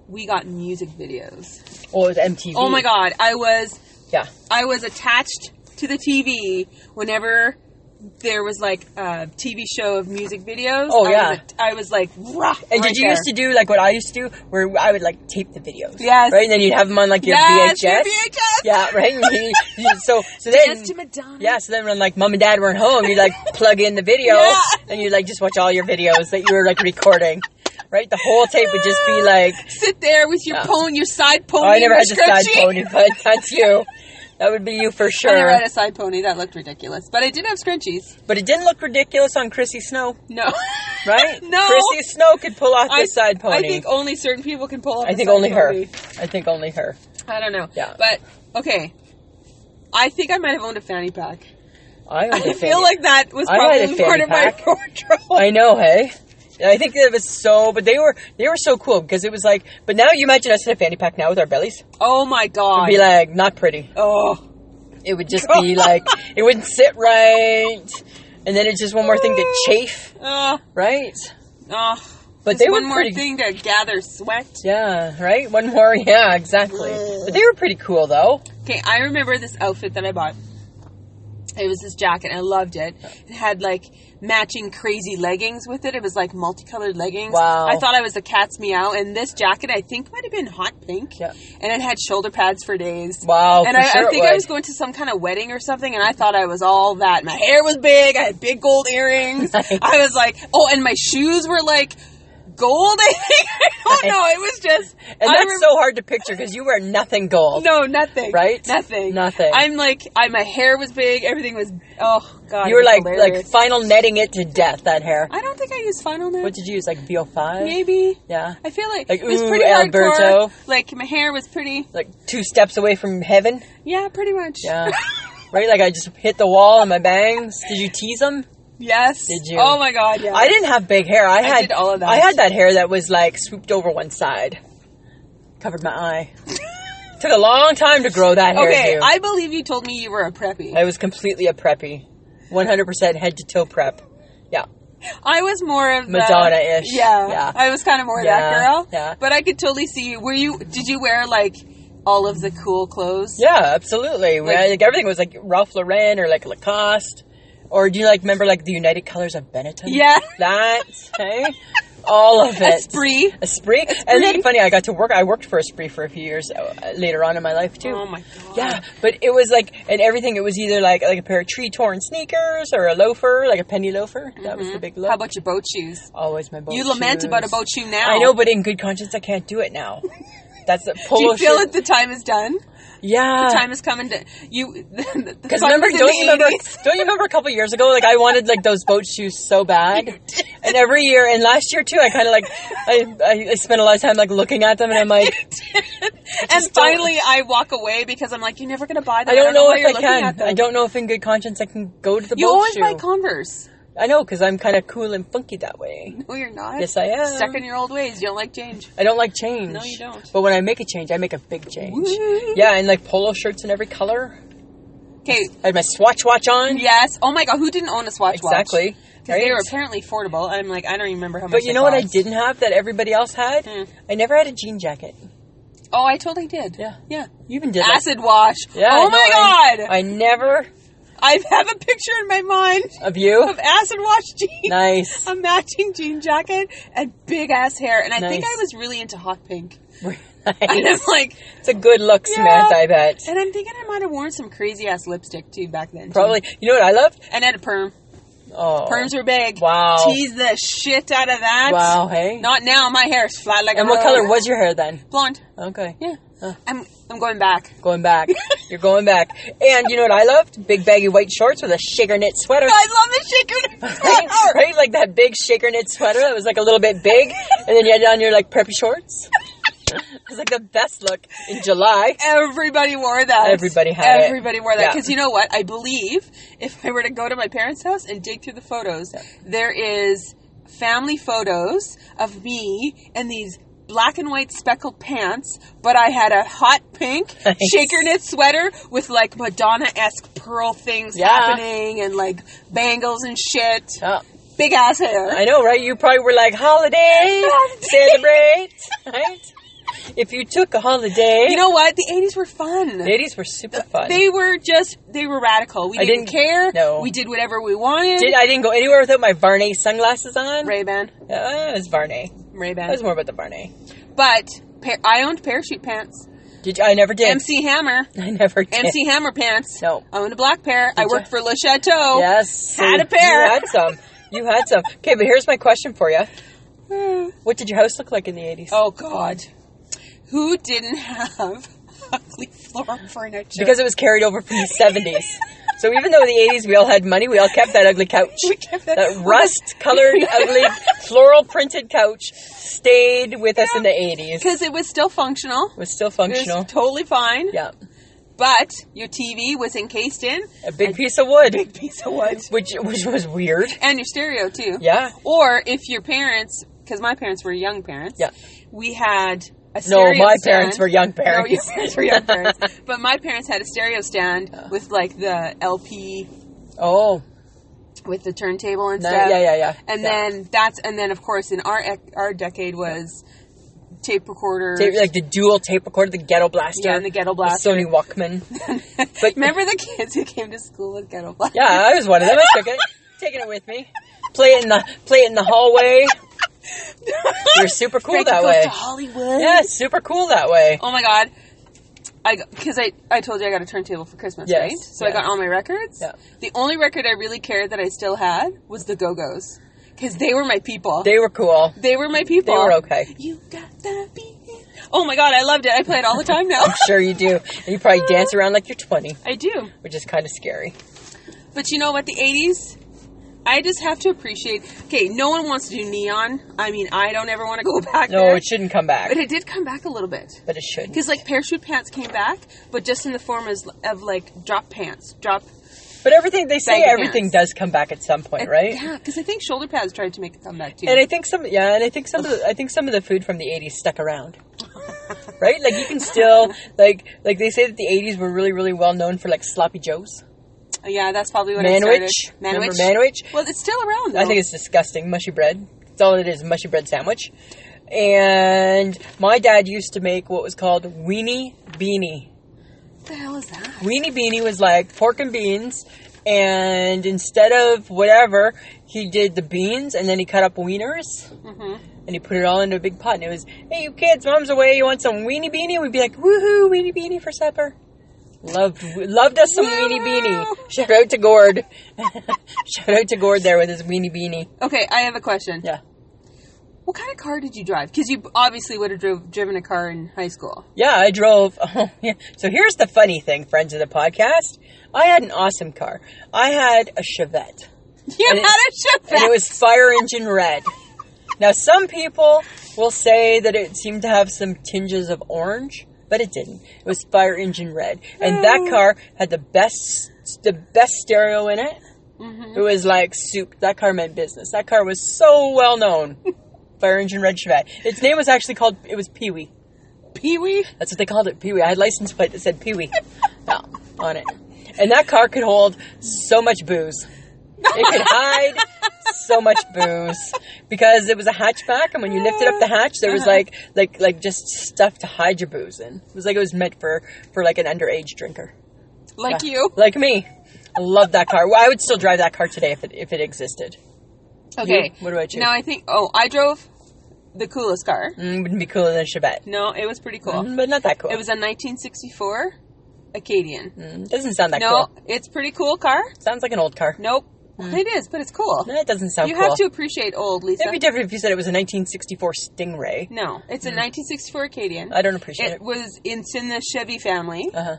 [SPEAKER 2] we got music videos.
[SPEAKER 3] oh, it was MTV.
[SPEAKER 2] Oh my god, I was
[SPEAKER 3] Yeah.
[SPEAKER 2] I was attached to the TV whenever there was like a TV show of music videos.
[SPEAKER 3] Oh,
[SPEAKER 2] I
[SPEAKER 3] yeah.
[SPEAKER 2] was, att- I was like, rah,
[SPEAKER 3] And did you used to do like what I used to do, where I would like tape the videos?
[SPEAKER 2] Yes.
[SPEAKER 3] Right, and then you'd have them on like your
[SPEAKER 2] yes, your
[SPEAKER 3] VHS.
[SPEAKER 2] VHS.
[SPEAKER 3] Yeah, right. And you- you- so, so then
[SPEAKER 2] Dance to Madonna.
[SPEAKER 3] Yeah, so then when like mom and dad weren't home, you like plug in the video
[SPEAKER 2] Yeah.
[SPEAKER 3] and you like just watch all your videos that you were like recording. Right? The whole tape would just be like
[SPEAKER 2] Sit there with your
[SPEAKER 3] Yeah.
[SPEAKER 2] pony, your side pony.
[SPEAKER 3] Oh, I
[SPEAKER 2] your
[SPEAKER 3] never had the side
[SPEAKER 2] scrunchie.
[SPEAKER 3] pony, but that's you. That would be you for
[SPEAKER 2] I never
[SPEAKER 3] sure.
[SPEAKER 2] had a side pony. That looked ridiculous. But I did have scrunchies.
[SPEAKER 3] But it didn't look ridiculous on Chrissy Snow,
[SPEAKER 2] No.
[SPEAKER 3] right?
[SPEAKER 2] No.
[SPEAKER 3] Chrissy Snow could pull off
[SPEAKER 2] I-
[SPEAKER 3] the side pony.
[SPEAKER 2] I think only certain people can pull off
[SPEAKER 3] I
[SPEAKER 2] the
[SPEAKER 3] think
[SPEAKER 2] side
[SPEAKER 3] only her.
[SPEAKER 2] pony.
[SPEAKER 3] I think only her.
[SPEAKER 2] I don't know.
[SPEAKER 3] Yeah.
[SPEAKER 2] But, okay. I think I might have owned a fanny pack.
[SPEAKER 3] I, would
[SPEAKER 2] I
[SPEAKER 3] have
[SPEAKER 2] feel
[SPEAKER 3] been-
[SPEAKER 2] like that was
[SPEAKER 3] I had a
[SPEAKER 2] probably part
[SPEAKER 3] fanny
[SPEAKER 2] of my
[SPEAKER 3] pack.
[SPEAKER 2] wardrobe.
[SPEAKER 3] I know, hey. I think that was so, but they were they were so cool because it was like. But now you imagine us in a fanny pack now with our bellies.
[SPEAKER 2] Oh my god.
[SPEAKER 3] It'd be like not pretty.
[SPEAKER 2] oh.
[SPEAKER 3] It would just be like it wouldn't sit right, and then it's just one more thing to chafe,
[SPEAKER 2] Uh,
[SPEAKER 3] right?
[SPEAKER 2] uh,
[SPEAKER 3] But
[SPEAKER 2] just
[SPEAKER 3] they were
[SPEAKER 2] one more
[SPEAKER 3] pretty,
[SPEAKER 2] thing to gather sweat.
[SPEAKER 3] yeah, right. One more, yeah, exactly. But they were pretty cool though.
[SPEAKER 2] Okay, I remember this outfit that I bought. It was this jacket. I loved it. It had like matching crazy leggings with it. It was like multicolored leggings.
[SPEAKER 3] Wow.
[SPEAKER 2] I thought I was a cat's meow. And this jacket, I think, might have been hot pink.
[SPEAKER 3] Yeah.
[SPEAKER 2] And it had shoulder pads for days.
[SPEAKER 3] Wow,
[SPEAKER 2] And
[SPEAKER 3] for
[SPEAKER 2] I,
[SPEAKER 3] sure
[SPEAKER 2] I
[SPEAKER 3] it
[SPEAKER 2] think I
[SPEAKER 3] would.
[SPEAKER 2] was going to some kind of wedding or something, and I thought I was all that. My hair was big. I had big gold earrings. I was like, oh, and my shoes were like gold. I think. I don't know. It was just.
[SPEAKER 3] And
[SPEAKER 2] I
[SPEAKER 3] that's
[SPEAKER 2] rem-
[SPEAKER 3] so hard to picture because you wear nothing gold.
[SPEAKER 2] no, nothing.
[SPEAKER 3] Right?
[SPEAKER 2] Nothing.
[SPEAKER 3] Nothing.
[SPEAKER 2] I'm like, I my hair was big. Everything was. Oh god.
[SPEAKER 3] you
[SPEAKER 2] it
[SPEAKER 3] were
[SPEAKER 2] was
[SPEAKER 3] like like
[SPEAKER 2] hilarious.
[SPEAKER 3] final netting it to death. That hair.
[SPEAKER 2] I don't think I used Final Net.
[SPEAKER 3] What did you use? Like BO5?
[SPEAKER 2] Maybe.
[SPEAKER 3] Yeah.
[SPEAKER 2] I feel like,
[SPEAKER 3] Like,
[SPEAKER 2] it was
[SPEAKER 3] ooh,
[SPEAKER 2] pretty
[SPEAKER 3] Alberto.
[SPEAKER 2] hardcore. Like my hair was pretty.
[SPEAKER 3] Like two steps away from heaven.
[SPEAKER 2] Yeah, pretty much.
[SPEAKER 3] Yeah. right. Like I just hit the wall on my bangs. Did you tease them?
[SPEAKER 2] Yes.
[SPEAKER 3] Did you?
[SPEAKER 2] Oh my god. Yeah.
[SPEAKER 3] I didn't have big hair. I had
[SPEAKER 2] did all of that.
[SPEAKER 3] I had that hair that was like swooped over one side, covered my eye. Took a long time to grow that hair.
[SPEAKER 2] Okay,
[SPEAKER 3] too.
[SPEAKER 2] I believe you told me you were a preppy.
[SPEAKER 3] I was completely a preppy, one hundred percent head to toe prep. Yeah,
[SPEAKER 2] I was more of the-
[SPEAKER 3] Madonna-ish.
[SPEAKER 2] Yeah,
[SPEAKER 3] Yeah.
[SPEAKER 2] I was kind of more that
[SPEAKER 3] Yeah,
[SPEAKER 2] girl.
[SPEAKER 3] yeah.
[SPEAKER 2] But I could totally see you. Were you? Did you wear like all of the cool clothes?
[SPEAKER 3] yeah, absolutely. We-
[SPEAKER 2] Like-
[SPEAKER 3] like everything was like Ralph Lauren or like Lacoste, or do you like remember like the United Colors of Benetton?
[SPEAKER 2] Yeah.
[SPEAKER 3] that hey, all of it.
[SPEAKER 2] Esprit.
[SPEAKER 3] Esprit. And then funny, I got to work. I worked for Esprit for a few years uh, later on in my life too.
[SPEAKER 2] Oh my god.
[SPEAKER 3] Yeah, but it was like, and everything. It was either like like a pair of tree torn sneakers or a loafer, like a penny loafer. That was the big loaf.
[SPEAKER 2] Mm-hmm. How about your boat shoes?
[SPEAKER 3] Always my boat.
[SPEAKER 2] you lament
[SPEAKER 3] shoes.
[SPEAKER 2] about a boat shoe now.
[SPEAKER 3] I know, but in good conscience, I can't do it now. That's a
[SPEAKER 2] Do
[SPEAKER 3] polo
[SPEAKER 2] you feel
[SPEAKER 3] shirt.
[SPEAKER 2] that the time is done?
[SPEAKER 3] yeah.
[SPEAKER 2] The time is coming to you. Because
[SPEAKER 3] Because remember, don't you remember? Don't you remember a couple years ago? Like I wanted like those boat shoes so bad, and every year and last year too, I kind of like I, I I spent a lot of time like looking at them, and I'm like,
[SPEAKER 2] And
[SPEAKER 3] just don't-
[SPEAKER 2] finally, I walk away because I'm like, you're never going to buy them.
[SPEAKER 3] I don't know
[SPEAKER 2] why
[SPEAKER 3] if
[SPEAKER 2] you're
[SPEAKER 3] I
[SPEAKER 2] looking at
[SPEAKER 3] can.
[SPEAKER 2] them.
[SPEAKER 3] I don't know if in good conscience I can go to the
[SPEAKER 2] You
[SPEAKER 3] boat
[SPEAKER 2] always
[SPEAKER 3] shoe.
[SPEAKER 2] buy Converse.
[SPEAKER 3] I know, because I'm kind of cool and funky that way.
[SPEAKER 2] No, you're not.
[SPEAKER 3] Yes, I am.
[SPEAKER 2] Stuck in your old ways. You don't like change.
[SPEAKER 3] I don't like change.
[SPEAKER 2] No, you don't.
[SPEAKER 3] But when I make a change, I make a big change.
[SPEAKER 2] Woo.
[SPEAKER 3] Yeah, and like polo shirts in every color.
[SPEAKER 2] Okay.
[SPEAKER 3] I had my Swatch watch on.
[SPEAKER 2] Yes. Oh my god, who didn't own a Swatch watch?
[SPEAKER 3] exactly.
[SPEAKER 2] Because they
[SPEAKER 3] Right?
[SPEAKER 2] were apparently affordable. I'm like, I don't even remember how much.
[SPEAKER 3] But you
[SPEAKER 2] they
[SPEAKER 3] know what I
[SPEAKER 2] cost.
[SPEAKER 3] didn't have that everybody else had?
[SPEAKER 2] Hmm.
[SPEAKER 3] I never had a jean jacket.
[SPEAKER 2] Oh, I totally did.
[SPEAKER 3] Yeah.
[SPEAKER 2] Yeah.
[SPEAKER 3] You even did that.
[SPEAKER 2] Acid wash.
[SPEAKER 3] Yeah,
[SPEAKER 2] oh
[SPEAKER 3] I know,
[SPEAKER 2] my
[SPEAKER 3] I-
[SPEAKER 2] god.
[SPEAKER 3] I never
[SPEAKER 2] I have a picture in my mind
[SPEAKER 3] of you.
[SPEAKER 2] of acid wash jeans.
[SPEAKER 3] Nice.
[SPEAKER 2] A matching jean jacket and big ass hair, and I think
[SPEAKER 3] Nice.
[SPEAKER 2] I was really into hot pink. And I'm
[SPEAKER 3] nice.
[SPEAKER 2] like,
[SPEAKER 3] It's a good look, Samantha, I bet.
[SPEAKER 2] and I'm thinking I might have worn some crazy ass lipstick too back then. too.
[SPEAKER 3] Probably. You know what I loved?
[SPEAKER 2] And had a perm.
[SPEAKER 3] Oh.
[SPEAKER 2] Perms were big.
[SPEAKER 3] Wow.
[SPEAKER 2] Tease the shit out of that.
[SPEAKER 3] Wow, hey.
[SPEAKER 2] Not now. My hair is flat like
[SPEAKER 3] and
[SPEAKER 2] a
[SPEAKER 3] what
[SPEAKER 2] rose.
[SPEAKER 3] color was your hair then?
[SPEAKER 2] blonde?
[SPEAKER 3] Okay.
[SPEAKER 2] Yeah.
[SPEAKER 3] Huh.
[SPEAKER 2] I'm I'm going back.
[SPEAKER 3] Going back. You're going back. And you know what I loved? Big baggy white shorts with a shaker knit sweater.
[SPEAKER 2] I love the shaker.
[SPEAKER 3] Right? Right? Like that big shaker knit sweater that was like a little bit big. And then you had on your like preppy shorts. It was like the best look in July.
[SPEAKER 2] Everybody wore that.
[SPEAKER 3] Everybody had it.
[SPEAKER 2] Everybody wore that
[SPEAKER 3] Yeah.
[SPEAKER 2] because you know what? I believe if I were to go to my parents' house and dig through the photos, there is family photos of me in these black and white speckled pants, but I had a hot pink
[SPEAKER 3] Nice.
[SPEAKER 2] shaker knit sweater with like Madonna esque pearl things
[SPEAKER 3] Yeah.
[SPEAKER 2] happening and like bangles and shit.
[SPEAKER 3] Yeah.
[SPEAKER 2] Big ass hair.
[SPEAKER 3] I know, right? You probably were like, holiday, celebrate, right? If you took a holiday,
[SPEAKER 2] you know what? The 80s were fun.
[SPEAKER 3] the 80s were super fun.
[SPEAKER 2] They were just they were radical. We
[SPEAKER 3] I
[SPEAKER 2] didn't,
[SPEAKER 3] didn't-
[SPEAKER 2] care.
[SPEAKER 3] no.
[SPEAKER 2] We did whatever we wanted.
[SPEAKER 3] Did, I didn't go anywhere without my Varney sunglasses on.
[SPEAKER 2] Ray Ban.
[SPEAKER 3] Uh, it was Varney.
[SPEAKER 2] Ray
[SPEAKER 3] I
[SPEAKER 2] Ban.
[SPEAKER 3] was more about the Varney.
[SPEAKER 2] But par- I owned parachute pants.
[SPEAKER 3] Did you, I never did.
[SPEAKER 2] MC Hammer.
[SPEAKER 3] I never did.
[SPEAKER 2] MC Hammer pants.
[SPEAKER 3] No.
[SPEAKER 2] Owned a black pair. I
[SPEAKER 3] ya?
[SPEAKER 2] worked for Le Chateau.
[SPEAKER 3] Yes.
[SPEAKER 2] Had a pair.
[SPEAKER 3] You had some. You had some. Okay, but here's my question for you. What did your house look like in the 80s?
[SPEAKER 2] Oh God. Who didn't have ugly floral furniture?
[SPEAKER 3] Because it was carried over from the 70s. So even though in the 80s we all had money, we all kept that ugly couch.
[SPEAKER 2] We kept that-
[SPEAKER 3] that rust colored, ugly, floral printed couch stayed with us in the 80s. It
[SPEAKER 2] 'Cause it was still functional.
[SPEAKER 3] was still
[SPEAKER 2] It was
[SPEAKER 3] functional.
[SPEAKER 2] totally fine.
[SPEAKER 3] yeah.
[SPEAKER 2] But your TV was encased in
[SPEAKER 3] A big piece of wood. Big
[SPEAKER 2] piece of wood.
[SPEAKER 3] Which, which was weird.
[SPEAKER 2] and your stereo too.
[SPEAKER 3] Yeah.
[SPEAKER 2] Or if your parents, because my parents were young parents.
[SPEAKER 3] Yeah.
[SPEAKER 2] We had a
[SPEAKER 3] No,
[SPEAKER 2] stereo
[SPEAKER 3] my
[SPEAKER 2] stand.
[SPEAKER 3] parents were young
[SPEAKER 2] No,
[SPEAKER 3] parents.
[SPEAKER 2] your parents were young parents. But my parents had a stereo stand with like the LP
[SPEAKER 3] Oh,
[SPEAKER 2] with the turntable and
[SPEAKER 3] No,
[SPEAKER 2] stuff.
[SPEAKER 3] yeah, yeah, yeah.
[SPEAKER 2] And
[SPEAKER 3] Yeah.
[SPEAKER 2] then that's and then of course in our ec- our decade was tape recorder.
[SPEAKER 3] tape, like the dual tape recorder, the ghetto blaster.
[SPEAKER 2] Yeah, and the ghetto blaster.
[SPEAKER 3] Sony Walkman. But
[SPEAKER 2] Remember the kids who came to school with ghetto blaster?
[SPEAKER 3] yeah, I was one of them. I took it, taking it with me. Play it in the play it in the hallway. You're super cool
[SPEAKER 2] Frankie
[SPEAKER 3] that
[SPEAKER 2] goes
[SPEAKER 3] way.
[SPEAKER 2] to Hollywood.
[SPEAKER 3] Yeah, super cool that way.
[SPEAKER 2] Oh my god. I because I, I told you I got a turntable for Christmas,
[SPEAKER 3] Yes,
[SPEAKER 2] right? So I
[SPEAKER 3] yeah.
[SPEAKER 2] got all my records.
[SPEAKER 3] Yeah.
[SPEAKER 2] The only record I really cared that I still had was the Go Go's because they were my people. They,
[SPEAKER 3] They were cool.
[SPEAKER 2] were my people.
[SPEAKER 3] They were okay.
[SPEAKER 2] You got the beat. Oh my god, I loved it. I play it all the time now.
[SPEAKER 3] Sure, you do. And you probably dance around like you're 20,
[SPEAKER 2] I do.
[SPEAKER 3] which is kind of scary.
[SPEAKER 2] But you know what? The '80s. I just have to appreciate. Okay, no one wants to do neon. I mean, I don't ever want to go back
[SPEAKER 3] No,
[SPEAKER 2] there.
[SPEAKER 3] it shouldn't come back,
[SPEAKER 2] but it did come back a little bit.
[SPEAKER 3] but it should.
[SPEAKER 2] Because like parachute pants came back, but just in the form as, of like drop pants, drop
[SPEAKER 3] But everything they say,
[SPEAKER 2] Baggy
[SPEAKER 3] everything does come back at some point,
[SPEAKER 2] It-
[SPEAKER 3] right?
[SPEAKER 2] Yeah, because I think shoulder pads tried to make a comeback too.
[SPEAKER 3] And I think some, yeah, and I think some of the, I think some of the food from the '80s stuck around, right? Like you can still, like, like they say that the '80s were really, really well known for like sloppy joes,
[SPEAKER 2] Oh, yeah, that's probably what I
[SPEAKER 3] manwich,
[SPEAKER 2] started.
[SPEAKER 3] remember manwich?
[SPEAKER 2] Well, it's still around. Though.
[SPEAKER 3] I think it's disgusting, mushy bread. That's all it is, mushy bread sandwich. And my dad used to make what was called weenie beanie.
[SPEAKER 2] what the hell is that?
[SPEAKER 3] Weenie beanie was like pork and beans, and instead of whatever, he did the beans, and then he cut up wieners. and he put it all into a big pot. And it was, hey, you kids, mom's away. You want some weenie beanie? And we'd be like, woohoo, weenie beanie for supper. Loved, loved us some weenie beanie. Shout out to Gord. Shout out to Gord there with his weenie beanie.
[SPEAKER 2] Okay, I have a question.
[SPEAKER 3] Yeah.
[SPEAKER 2] What kind of car did you drive? Because you obviously would have drove, driven a car in high school.
[SPEAKER 3] Yeah, I drove. Oh, yeah. So here's the funny thing, friends of the podcast. I had an awesome car. I had a Chevette.
[SPEAKER 2] You
[SPEAKER 3] And
[SPEAKER 2] had
[SPEAKER 3] it-
[SPEAKER 2] a Chevette.
[SPEAKER 3] and it was fire engine red. Now, some people will say that it seemed to have some tinges of orange, but it didn't. It was fire engine red, and that car had the best the best stereo in it. who was like soup. That car meant business. That car was so well known. Fire engine red Chevette. Its name was actually called. It was Pee Wee.
[SPEAKER 2] Pee Wee?
[SPEAKER 3] That's what they called it. Pee Wee. I had license plate that said Pee Wee yeah, on it, and that car could hold so much booze. It could hide so much booze because it was a hatchback, and when you lifted up the hatch, there was like like like just stuff to hide your booze in. It was like it was meant for for like an underage drinker
[SPEAKER 2] Like you.
[SPEAKER 3] like me. I love that car. Well, I would still drive that car today if it if it existed.
[SPEAKER 2] Okay.
[SPEAKER 3] What do I choose?
[SPEAKER 2] Now I think, oh, I drove the coolest car.
[SPEAKER 3] Mm, wouldn't be cooler than a Chevette,
[SPEAKER 2] No, it was pretty cool.
[SPEAKER 3] Mm, but not that cool.
[SPEAKER 2] It was a 1964 Acadian.
[SPEAKER 3] Mm, doesn't sound that
[SPEAKER 2] No,
[SPEAKER 3] cool.
[SPEAKER 2] it's pretty cool car.
[SPEAKER 3] Sounds like an old car.
[SPEAKER 2] Nope. It is, but it's cool.
[SPEAKER 3] No, it doesn't sound
[SPEAKER 2] you
[SPEAKER 3] cool.
[SPEAKER 2] have to appreciate old, Lisa.
[SPEAKER 3] It'd be different if you said it was a 1964 Stingray.
[SPEAKER 2] No, it's a 1964 Acadian.
[SPEAKER 3] I don't appreciate
[SPEAKER 2] It
[SPEAKER 3] it.
[SPEAKER 2] was in, it's in the Chevy family.
[SPEAKER 3] Uh huh.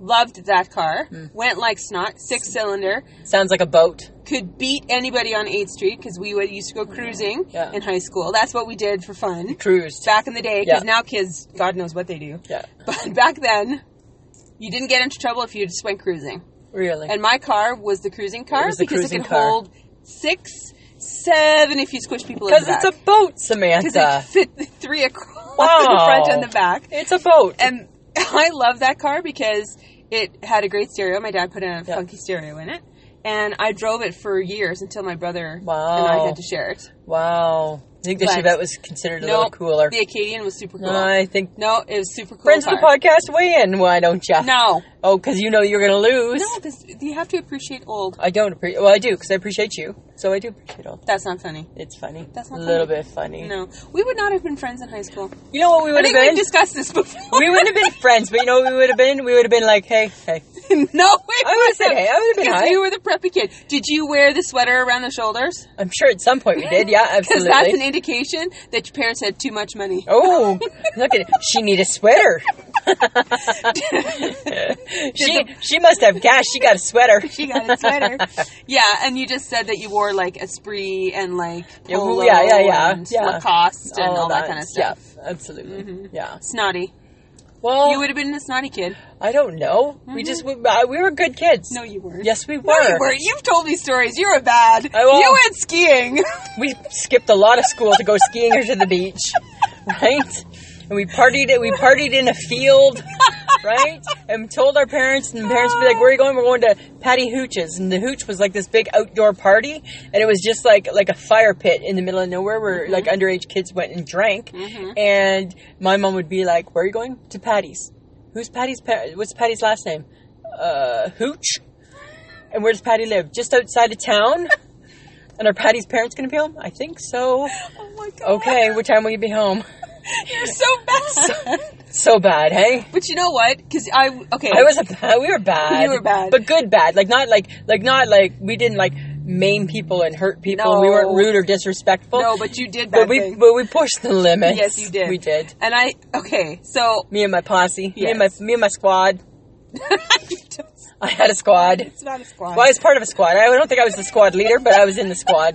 [SPEAKER 2] Loved that car.
[SPEAKER 3] Mm.
[SPEAKER 2] Went like snot. Six cylinder.
[SPEAKER 3] Sounds like a boat.
[SPEAKER 2] Could beat anybody on 8th Street because we would used to go cruising
[SPEAKER 3] Mm. Yeah.
[SPEAKER 2] in high school. That's what we did for fun
[SPEAKER 3] Cruised.
[SPEAKER 2] back in the day. Because
[SPEAKER 3] Yeah.
[SPEAKER 2] now kids, God knows what they do.
[SPEAKER 3] Yeah.
[SPEAKER 2] But back then, you didn't get into trouble if you just went cruising.
[SPEAKER 3] Really.
[SPEAKER 2] And my car was the cruising car
[SPEAKER 3] It was the
[SPEAKER 2] because
[SPEAKER 3] cruising
[SPEAKER 2] it could
[SPEAKER 3] car.
[SPEAKER 2] hold six, seven if you squish people in the
[SPEAKER 3] Because
[SPEAKER 2] back.
[SPEAKER 3] it's a boat,
[SPEAKER 2] Because
[SPEAKER 3] Samantha.
[SPEAKER 2] it fit the three across the
[SPEAKER 3] Wow.
[SPEAKER 2] front and the back.
[SPEAKER 3] It's a boat.
[SPEAKER 2] And I love that car because it had a great stereo. My dad put a
[SPEAKER 3] Yeah.
[SPEAKER 2] funky stereo in it. And I drove it for years until my brother
[SPEAKER 3] Wow.
[SPEAKER 2] and I got to share it.
[SPEAKER 3] wow. I think the
[SPEAKER 2] But-
[SPEAKER 3] Chevette was considered a little
[SPEAKER 2] Nope,
[SPEAKER 3] cooler.
[SPEAKER 2] The Acadian was super cool.
[SPEAKER 3] I think
[SPEAKER 2] no, it was super cool.
[SPEAKER 3] friends of the
[SPEAKER 2] car.
[SPEAKER 3] podcast weigh in. Why don't you?
[SPEAKER 2] No.
[SPEAKER 3] Oh, because you know you're going to lose.
[SPEAKER 2] No, because you have to appreciate old.
[SPEAKER 3] I don't appreciate. Well, I do because I appreciate you. So I do appreciate all.
[SPEAKER 2] That's not funny.
[SPEAKER 3] It's funny.
[SPEAKER 2] That's not
[SPEAKER 3] a little
[SPEAKER 2] funny.
[SPEAKER 3] bit funny.
[SPEAKER 2] No. We would not have been friends in high school.
[SPEAKER 3] You know what we
[SPEAKER 2] I
[SPEAKER 3] would have
[SPEAKER 2] think we've
[SPEAKER 3] been?
[SPEAKER 2] discussed this before.
[SPEAKER 3] we wouldn't have been friends, but you know what we would have been? We would have been like, hey, hey.
[SPEAKER 2] no, we
[SPEAKER 3] I would have said,
[SPEAKER 2] wouldn't.
[SPEAKER 3] hey, I would have been
[SPEAKER 2] Because
[SPEAKER 3] hi.
[SPEAKER 2] you were the preppy kid. Did you wear the sweater around the shoulders?
[SPEAKER 3] I'm sure at some point we did. Yeah,
[SPEAKER 2] Because
[SPEAKER 3] absolutely.
[SPEAKER 2] that's an indication that your parents had too much money.
[SPEAKER 3] oh, look at it. She need a sweater. she she must have gas. She got a sweater.
[SPEAKER 2] She got a sweater. yeah, and you just said that you wore like Esprit and like
[SPEAKER 3] Yeah, well,
[SPEAKER 2] polo
[SPEAKER 3] yeah, yeah, yeah,
[SPEAKER 2] and
[SPEAKER 3] yeah.
[SPEAKER 2] Lacoste and all, that, kind of stuff.
[SPEAKER 3] Yeah, absolutely. Yeah.
[SPEAKER 2] Snotty.
[SPEAKER 3] Well,
[SPEAKER 2] You would have been a snotty kid.
[SPEAKER 3] I don't know. We just we, uh, we were good kids.
[SPEAKER 2] No, you weren't.
[SPEAKER 3] Yes, we were.
[SPEAKER 2] No, you weren't. You've told me stories. You were bad.
[SPEAKER 3] I will.
[SPEAKER 2] You went skiing.
[SPEAKER 3] we skipped a lot of school to go skiing or to the beach, right? And we partied it. We partied in a field, right? And told our parents, and the parents would be like, "Where are you going? We're going to Patty Hooch's." And the hooch was like this big outdoor party, and it was just like like a fire pit in the middle of nowhere where like underage kids went and drank. And my mom would be like, "Where are you going to Patty's? Who's Patty's? Pa- what's Patty's last name? Uh, Hooch." And where does Patty live? Just outside of town. And are Patty's parents going to be home? I think so.
[SPEAKER 2] oh my god.
[SPEAKER 3] Okay, what time will you be home?
[SPEAKER 2] You're so bad.
[SPEAKER 3] So bad, hey?
[SPEAKER 2] but you know what? Because I okay.
[SPEAKER 3] I was a bad. We were bad.
[SPEAKER 2] You were bad.
[SPEAKER 3] but good bad. Like not like like not like we didn't like maim people and hurt people.
[SPEAKER 2] No.
[SPEAKER 3] We weren't rude or disrespectful.
[SPEAKER 2] no, but you did bad
[SPEAKER 3] but we
[SPEAKER 2] things.
[SPEAKER 3] but we pushed the limits.
[SPEAKER 2] yes, you did.
[SPEAKER 3] We did.
[SPEAKER 2] And I okay. So
[SPEAKER 3] Me and my posse. Me and my
[SPEAKER 2] Yes.
[SPEAKER 3] me and my squad.
[SPEAKER 2] it's
[SPEAKER 3] I had a squad.
[SPEAKER 2] not a squad.
[SPEAKER 3] Well, I was part of a squad. I don't think I was the squad leader, but I was in the squad.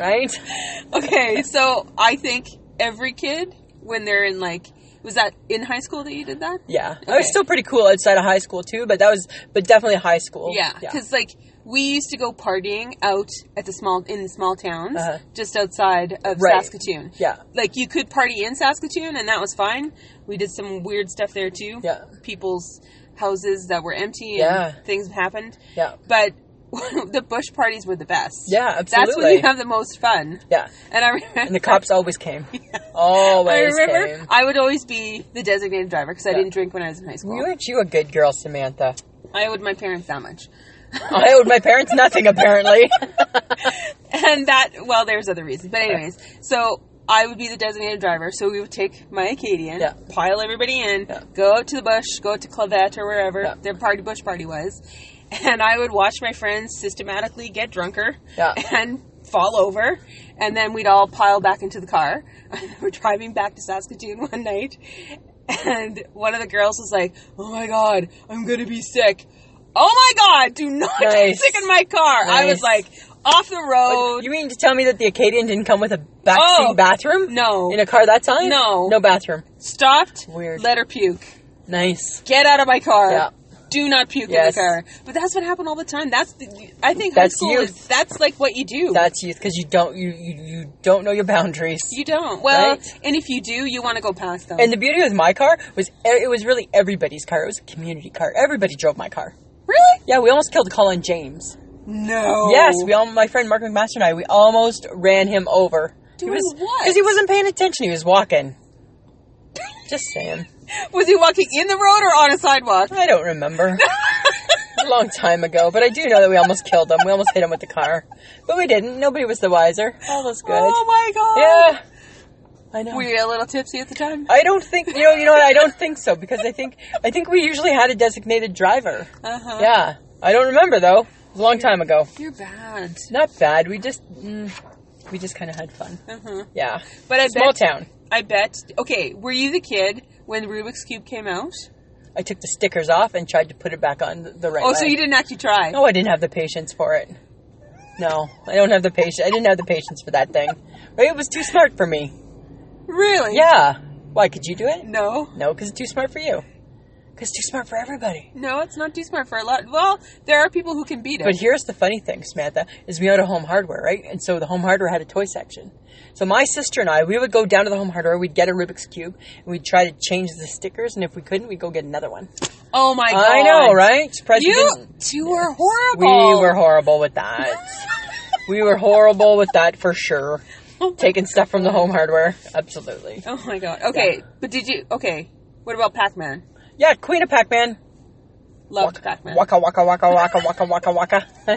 [SPEAKER 3] Right?
[SPEAKER 2] Okay, so I think every kid when they're in like was that in high school that you did that?
[SPEAKER 3] Yeah. I
[SPEAKER 2] Okay.
[SPEAKER 3] was still pretty cool outside of high school too, but that was but definitely high school.
[SPEAKER 2] Yeah, because like we used to go partying out at the small in the small towns
[SPEAKER 3] Uh-huh.
[SPEAKER 2] just outside of
[SPEAKER 3] Right.
[SPEAKER 2] Saskatoon.
[SPEAKER 3] Yeah.
[SPEAKER 2] like you could party in Saskatoon, and that was fine. We did some weird stuff there too.
[SPEAKER 3] Yeah.
[SPEAKER 2] people's houses that were empty.
[SPEAKER 3] Yeah.
[SPEAKER 2] and things happened.
[SPEAKER 3] Yeah.
[SPEAKER 2] but the bush parties were the best.
[SPEAKER 3] Yeah,
[SPEAKER 2] that's when you
[SPEAKER 3] absolutely.
[SPEAKER 2] have the most fun.
[SPEAKER 3] Yeah.
[SPEAKER 2] And I remember
[SPEAKER 3] And the cops always came. Always
[SPEAKER 2] I remember
[SPEAKER 3] came.
[SPEAKER 2] I would always be the designated driver because I
[SPEAKER 3] Yeah.
[SPEAKER 2] didn't drink when I was in high school.
[SPEAKER 3] You aren't you a good girl, Samantha?
[SPEAKER 2] I owed my parents that much,
[SPEAKER 3] I owed my parents nothing apparently.
[SPEAKER 2] and that well, there's other reasons, but anyways, so I would be the designated driver. So we would take my Acadian,
[SPEAKER 3] Yeah.
[SPEAKER 2] pile everybody in,
[SPEAKER 3] Yeah.
[SPEAKER 2] go out to the bush, go out to Clavette or wherever
[SPEAKER 3] Yeah.
[SPEAKER 2] their party bush party was, and I would watch my friends systematically get drunker
[SPEAKER 3] Yeah.
[SPEAKER 2] and fall over. And then we'd all pile back into the car. I remember driving back to Saskatoon one night, and one of the girls was like, "Oh my god, I'm gonna be sick." Oh my god, do not get
[SPEAKER 3] Nice.
[SPEAKER 2] sick in my car. I was
[SPEAKER 3] Nice.
[SPEAKER 2] like, off the road.
[SPEAKER 3] you mean to tell me that the Acadian didn't come with a backseat
[SPEAKER 2] Oh,
[SPEAKER 3] bathroom?
[SPEAKER 2] no.
[SPEAKER 3] In a car that time?
[SPEAKER 2] No.
[SPEAKER 3] No bathroom.
[SPEAKER 2] stopped.
[SPEAKER 3] Weird.
[SPEAKER 2] Let her puke.
[SPEAKER 3] Nice.
[SPEAKER 2] Get out of my car.
[SPEAKER 3] Yeah.
[SPEAKER 2] do not puke
[SPEAKER 3] Yes.
[SPEAKER 2] in the car. But that's what happened all the time. That's the, I think
[SPEAKER 3] That's
[SPEAKER 2] high school
[SPEAKER 3] youth.
[SPEAKER 2] is that's like what you do.
[SPEAKER 3] That's youth because you don't you, you you don't know your boundaries.
[SPEAKER 2] you don't. Well,
[SPEAKER 3] Right.
[SPEAKER 2] and if you do, you want to go past them.
[SPEAKER 3] and the beauty with my car was e- it was really everybody's car. It was a community car. Everybody drove my car.
[SPEAKER 2] really?
[SPEAKER 3] Yeah, we almost killed Colin James.
[SPEAKER 2] No.
[SPEAKER 3] Yes, we all my friend Mark McMaster and I we almost ran him over.
[SPEAKER 2] Doing what?
[SPEAKER 3] Because he wasn't paying attention. He was walking. Just saying.
[SPEAKER 2] Was he walking in the road or on a sidewalk?
[SPEAKER 3] I don't remember. a long time ago, but I do know that we almost killed him. We almost hit him with the car, but we didn't. Nobody was the wiser. All was good.
[SPEAKER 2] Oh my god.
[SPEAKER 3] yeah, I know.
[SPEAKER 2] Were you a little tipsy at the time?
[SPEAKER 3] I don't think you know. You know what? I don't think so because I think I think we usually had a designated driver.
[SPEAKER 2] Uh-huh.
[SPEAKER 3] Yeah, I don't remember though. It was a long time ago.
[SPEAKER 2] You're bad.
[SPEAKER 3] Not bad. We just mm, we just kind of had fun.
[SPEAKER 2] Uh-huh.
[SPEAKER 3] Yeah,
[SPEAKER 2] But I
[SPEAKER 3] small
[SPEAKER 2] bet
[SPEAKER 3] town.
[SPEAKER 2] I bet okay, were you the kid when the Rubik's Cube came out?
[SPEAKER 3] I took the stickers off and tried to put it back on the- the right.
[SPEAKER 2] Oh, so
[SPEAKER 3] way.
[SPEAKER 2] you didn't actually try.
[SPEAKER 3] No, I didn't have the patience for it. No, I don't have the patience. I didn't have the patience for that thing. It was too smart for me.
[SPEAKER 2] Really?
[SPEAKER 3] Yeah. Why could you do it?
[SPEAKER 2] No.
[SPEAKER 3] No, because it's too smart for you. Because it's too smart for everybody.
[SPEAKER 2] No, it's not too smart for a lot. Well, there are people who can beat it.
[SPEAKER 3] But here's the funny thing, Samantha, is we owned a home hardware, right? And so the home hardware had a toy section. So my sister and I, we would go down to the home hardware, we'd get a Rubik's Cube, and we'd try to change the stickers, and if we couldn't, we'd go get another one.
[SPEAKER 2] oh my god.
[SPEAKER 3] I know, right? Surprised we
[SPEAKER 2] You
[SPEAKER 3] didn't.
[SPEAKER 2] two are horrible.
[SPEAKER 3] We were horrible with that. we were horrible with that for sure.
[SPEAKER 2] Oh my-
[SPEAKER 3] Taking stuff from the home hardware. Absolutely.
[SPEAKER 2] Oh my god. Okay, but did you okay. What about Pac-Man?
[SPEAKER 3] Yeah, Queen of Pac Man.
[SPEAKER 2] Loved Pac-Man.
[SPEAKER 3] Waka waka waka waka waka waka waka.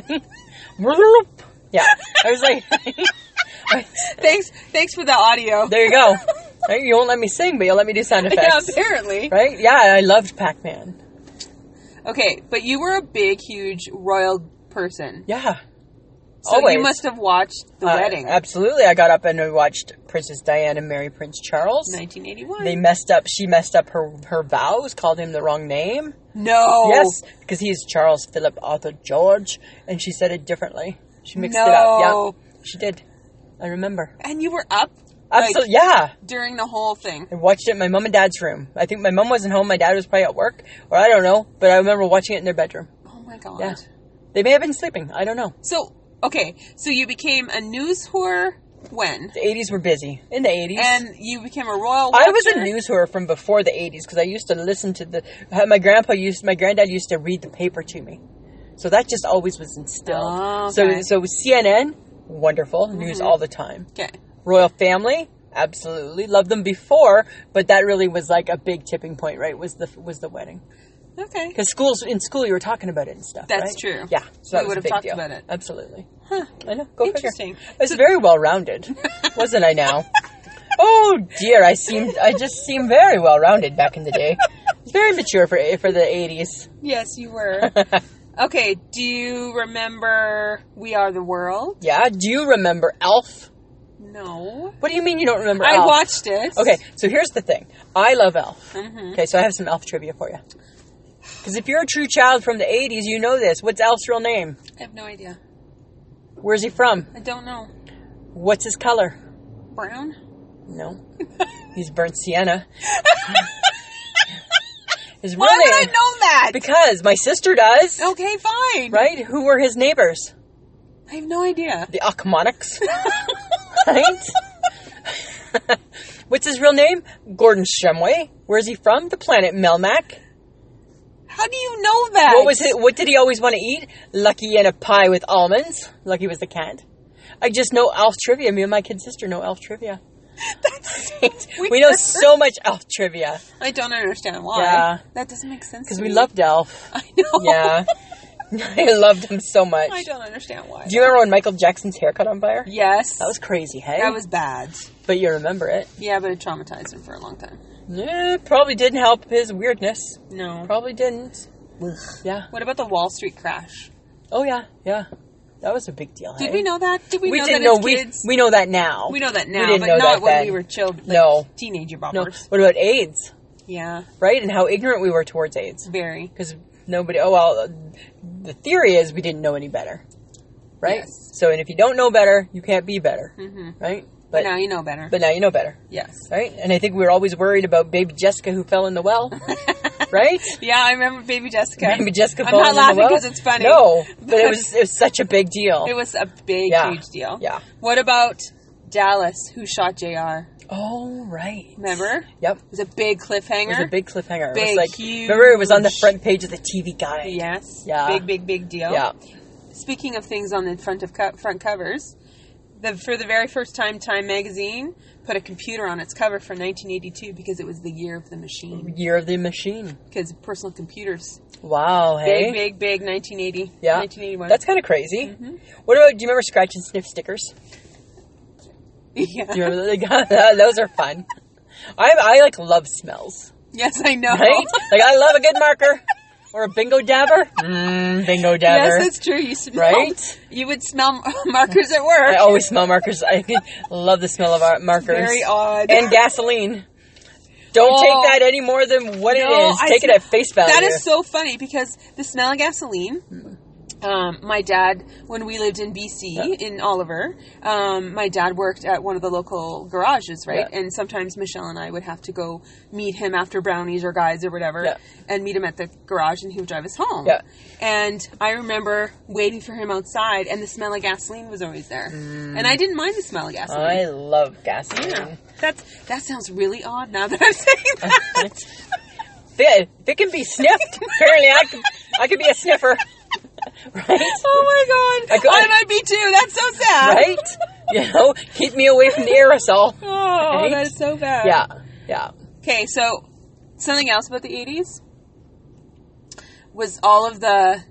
[SPEAKER 3] Whoop. yeah. I was like
[SPEAKER 2] Thanks thanks for the audio.
[SPEAKER 3] There you go. Right? You won't let me sing, but you'll let me do sound
[SPEAKER 2] yeah,
[SPEAKER 3] effects.
[SPEAKER 2] apparently.
[SPEAKER 3] Right? Yeah, I loved Pac Man.
[SPEAKER 2] Okay, but you were a big, huge royal person.
[SPEAKER 3] Yeah.
[SPEAKER 2] So
[SPEAKER 3] Always.
[SPEAKER 2] you must have watched the
[SPEAKER 3] Uh,
[SPEAKER 2] wedding.
[SPEAKER 3] Absolutely. I got up and I watched Princess Diana marry Prince Charles.
[SPEAKER 2] 1981.
[SPEAKER 3] They messed up. She messed up her her vows, called him the wrong name.
[SPEAKER 2] no.
[SPEAKER 3] Yes, because he is Charles Philip Arthur George, and she said it differently. She mixed it up.
[SPEAKER 2] No.
[SPEAKER 3] Yeah, she did. I remember.
[SPEAKER 2] And you were up
[SPEAKER 3] Absolutely. yeah,
[SPEAKER 2] during the whole thing.
[SPEAKER 3] I watched it in my mom and dad's room. I think my mom wasn't home. My dad was probably at work, or I don't know. But I remember watching it in their bedroom.
[SPEAKER 2] Oh my god.
[SPEAKER 3] Yeah, they may have been sleeping. I don't know.
[SPEAKER 2] So, okay, so you became a news whore when?
[SPEAKER 3] The eighties were busy. In the eighties.
[SPEAKER 2] And you became a royal
[SPEAKER 3] I was a
[SPEAKER 2] watcher?
[SPEAKER 3] news whore from before the 80s because I used to listen to the. uh, My grandpa used, my granddad used to read the paper to me, so that just always was instilled.
[SPEAKER 2] Oh, okay. Mm-hmm.
[SPEAKER 3] So, so CNN, wonderful news all the time.
[SPEAKER 2] Okay.
[SPEAKER 3] Royal family, absolutely loved them before, but that really was like a big tipping point, right? Was the was the wedding
[SPEAKER 2] Okay.
[SPEAKER 3] because schools in school you were talking about it and stuff.
[SPEAKER 2] That's
[SPEAKER 3] right?
[SPEAKER 2] true.
[SPEAKER 3] Yeah, so
[SPEAKER 2] We
[SPEAKER 3] that was
[SPEAKER 2] would
[SPEAKER 3] a
[SPEAKER 2] have
[SPEAKER 3] big
[SPEAKER 2] talked
[SPEAKER 3] deal.
[SPEAKER 2] about it.
[SPEAKER 3] Absolutely. I know. Go
[SPEAKER 2] Interesting.
[SPEAKER 3] Figure. I was very well rounded, wasn't I? Now. Oh dear, I seemed I just seemed very well rounded back in the day. Very mature for for the eighties.
[SPEAKER 2] Yes, you were. okay, do you remember We Are the World?
[SPEAKER 3] Yeah. Do you remember Elf?
[SPEAKER 2] No.
[SPEAKER 3] What do you mean you don't remember?
[SPEAKER 2] I
[SPEAKER 3] Elf?
[SPEAKER 2] watched it.
[SPEAKER 3] Okay, so here's the thing. I love Elf.
[SPEAKER 2] Mm-hmm.
[SPEAKER 3] Okay, so I have some Elf trivia for you. Because if you're a true child from the '80s, you know this. What's Elf's real name?
[SPEAKER 2] I have no idea.
[SPEAKER 3] Where's he from?
[SPEAKER 2] I don't know.
[SPEAKER 3] What's his color?
[SPEAKER 2] Brown?
[SPEAKER 3] No. He's burnt sienna. his real
[SPEAKER 2] Why would I
[SPEAKER 3] name.
[SPEAKER 2] know that?
[SPEAKER 3] Because my sister does.
[SPEAKER 2] Okay, fine.
[SPEAKER 3] Right? Who were his neighbors?
[SPEAKER 2] I have no idea.
[SPEAKER 3] The Achmonics. right? What's his real name? Gordon Shumway. Where's he from? The planet Melmac.
[SPEAKER 2] How do you know that?
[SPEAKER 3] What was it? What did he always want to eat? Lucky and a pie with almonds. Lucky was the cat. I just know elf trivia. Me and my kid sister know elf trivia. That's we know
[SPEAKER 2] weird.
[SPEAKER 3] so much elf trivia
[SPEAKER 2] I don't understand why.
[SPEAKER 3] Yeah.
[SPEAKER 2] That doesn't make sense.
[SPEAKER 3] because
[SPEAKER 2] to
[SPEAKER 3] we
[SPEAKER 2] me.
[SPEAKER 3] loved elf.
[SPEAKER 2] I know.
[SPEAKER 3] Yeah. I loved him so much.
[SPEAKER 2] I don't understand why.
[SPEAKER 3] Do you remember when Michael Jackson's hair caught on fire?
[SPEAKER 2] yes.
[SPEAKER 3] That was crazy, hey?
[SPEAKER 2] that was bad.
[SPEAKER 3] but you remember it.
[SPEAKER 2] Yeah, but it traumatized him for a long time.
[SPEAKER 3] Yeah, probably didn't help his weirdness.
[SPEAKER 2] No.
[SPEAKER 3] Probably didn't. Yeah.
[SPEAKER 2] What about the Wall Street crash?
[SPEAKER 3] Oh yeah, yeah. That was a big deal.
[SPEAKER 2] Did
[SPEAKER 3] hey?
[SPEAKER 2] we know that? Did we,
[SPEAKER 3] We
[SPEAKER 2] know
[SPEAKER 3] didn't
[SPEAKER 2] that
[SPEAKER 3] know.
[SPEAKER 2] as
[SPEAKER 3] We,
[SPEAKER 2] kids?
[SPEAKER 3] we know that now.
[SPEAKER 2] We know that now,
[SPEAKER 3] didn't
[SPEAKER 2] but
[SPEAKER 3] know
[SPEAKER 2] not
[SPEAKER 3] that
[SPEAKER 2] when
[SPEAKER 3] then.
[SPEAKER 2] we were children.
[SPEAKER 3] No.
[SPEAKER 2] Teenager
[SPEAKER 3] No.
[SPEAKER 2] boppers.
[SPEAKER 3] What about AIDS?
[SPEAKER 2] Yeah.
[SPEAKER 3] Right? And how ignorant we were towards AIDS.
[SPEAKER 2] Very.
[SPEAKER 3] Because nobody. Oh well. The theory is we didn't know any better. Right.
[SPEAKER 2] Yes. Mm-hmm.
[SPEAKER 3] So and if you don't know better, you can't be better. Right. But
[SPEAKER 2] now you know better.
[SPEAKER 3] but now you know better.
[SPEAKER 2] yes.
[SPEAKER 3] Right? And I think we were always worried about baby Jessica who fell in the well. right?
[SPEAKER 2] Yeah, I remember Baby Jessica.
[SPEAKER 3] Baby Jessica.
[SPEAKER 2] I'm
[SPEAKER 3] Bones
[SPEAKER 2] not
[SPEAKER 3] in the
[SPEAKER 2] laughing
[SPEAKER 3] well.
[SPEAKER 2] because it's funny.
[SPEAKER 3] No, but it was it was such a big deal.
[SPEAKER 2] It was a big,
[SPEAKER 3] Yeah.
[SPEAKER 2] huge deal.
[SPEAKER 3] Yeah.
[SPEAKER 2] What about Dallas, who shot JR?
[SPEAKER 3] oh right.
[SPEAKER 2] Remember?
[SPEAKER 3] Yep.
[SPEAKER 2] It was a big cliffhanger.
[SPEAKER 3] It was a big cliffhanger. it
[SPEAKER 2] Big,
[SPEAKER 3] was like
[SPEAKER 2] huge-
[SPEAKER 3] remember it was on the front page of the TV guide.
[SPEAKER 2] Yes.
[SPEAKER 3] Yeah.
[SPEAKER 2] Big, big, big deal.
[SPEAKER 3] Yeah.
[SPEAKER 2] Speaking of things on the front of co- front covers, the, for the very first time, Time magazine put a computer on its cover for 1982 because it was the year of the machine.
[SPEAKER 3] Year of the Machine.
[SPEAKER 2] Because personal computers,
[SPEAKER 3] Wow. Hey.
[SPEAKER 2] big, big, big, 1980,
[SPEAKER 3] yeah.
[SPEAKER 2] 1981.
[SPEAKER 3] That's kind of crazy.
[SPEAKER 2] Mm-hmm.
[SPEAKER 3] What about? Do you remember scratch and sniff stickers? Do you
[SPEAKER 2] yeah.
[SPEAKER 3] remember that? those are fun. I I like love smells.
[SPEAKER 2] Yes, I know.
[SPEAKER 3] Right? Like I love a good marker or a bingo dabber. Mm, bingo dabber.
[SPEAKER 2] Yes, that's true. You smell,
[SPEAKER 3] Right?
[SPEAKER 2] You would smell markers at work.
[SPEAKER 3] I always smell markers. I love the smell of our markers.
[SPEAKER 2] Very odd.
[SPEAKER 3] And gasoline. Don't
[SPEAKER 2] Oh.
[SPEAKER 3] take that any more than what
[SPEAKER 2] No,
[SPEAKER 3] it is.
[SPEAKER 2] I
[SPEAKER 3] Take it
[SPEAKER 2] sm-
[SPEAKER 3] at face value.
[SPEAKER 2] That is so funny because the smell of gasoline. Um, my dad, when we lived in BC in Oliver, um, my dad worked at one of the local garages, right?
[SPEAKER 3] Yeah.
[SPEAKER 2] And sometimes Michelle and I would have to go meet him after brownies or guys or whatever,
[SPEAKER 3] Yeah.
[SPEAKER 2] and meet him at the garage, and he would drive us home.
[SPEAKER 3] Yeah.
[SPEAKER 2] And I remember waiting for him outside, and the smell of gasoline was always there, and I didn't mind the smell of
[SPEAKER 3] Mm. I
[SPEAKER 2] gasoline.
[SPEAKER 3] love gasoline.
[SPEAKER 2] yeah. That's that sounds really odd now that I'm saying that.
[SPEAKER 3] If it, if it can be sniffed, apparently I could, I could be a sniffer. right?
[SPEAKER 2] Oh my god!
[SPEAKER 3] I go-
[SPEAKER 2] I might be too. That's so sad.
[SPEAKER 3] Right? You know, keep me away from the aerosol.
[SPEAKER 2] Oh,
[SPEAKER 3] Right?
[SPEAKER 2] that's so bad.
[SPEAKER 3] Yeah. Yeah.
[SPEAKER 2] Okay, so something else about the '80s was all of the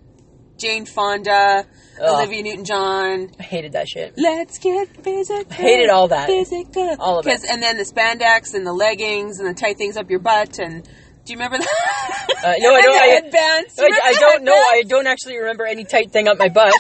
[SPEAKER 2] Jane Fonda,
[SPEAKER 3] Ugh.
[SPEAKER 2] Olivia Newton-John.
[SPEAKER 3] I hated that shit.
[SPEAKER 2] Let's get physical.
[SPEAKER 3] Hated all that.
[SPEAKER 2] Physical.
[SPEAKER 3] All of it.
[SPEAKER 2] 'Cause- And then the spandex and the leggings and the tight things up your butt and. Do you remember that?
[SPEAKER 3] Uh, no, I
[SPEAKER 2] And
[SPEAKER 3] don't-
[SPEAKER 2] the
[SPEAKER 3] I-
[SPEAKER 2] headbands.
[SPEAKER 3] I, I don't know. I
[SPEAKER 2] Remember
[SPEAKER 3] don't actually remember any tight thing up my butt.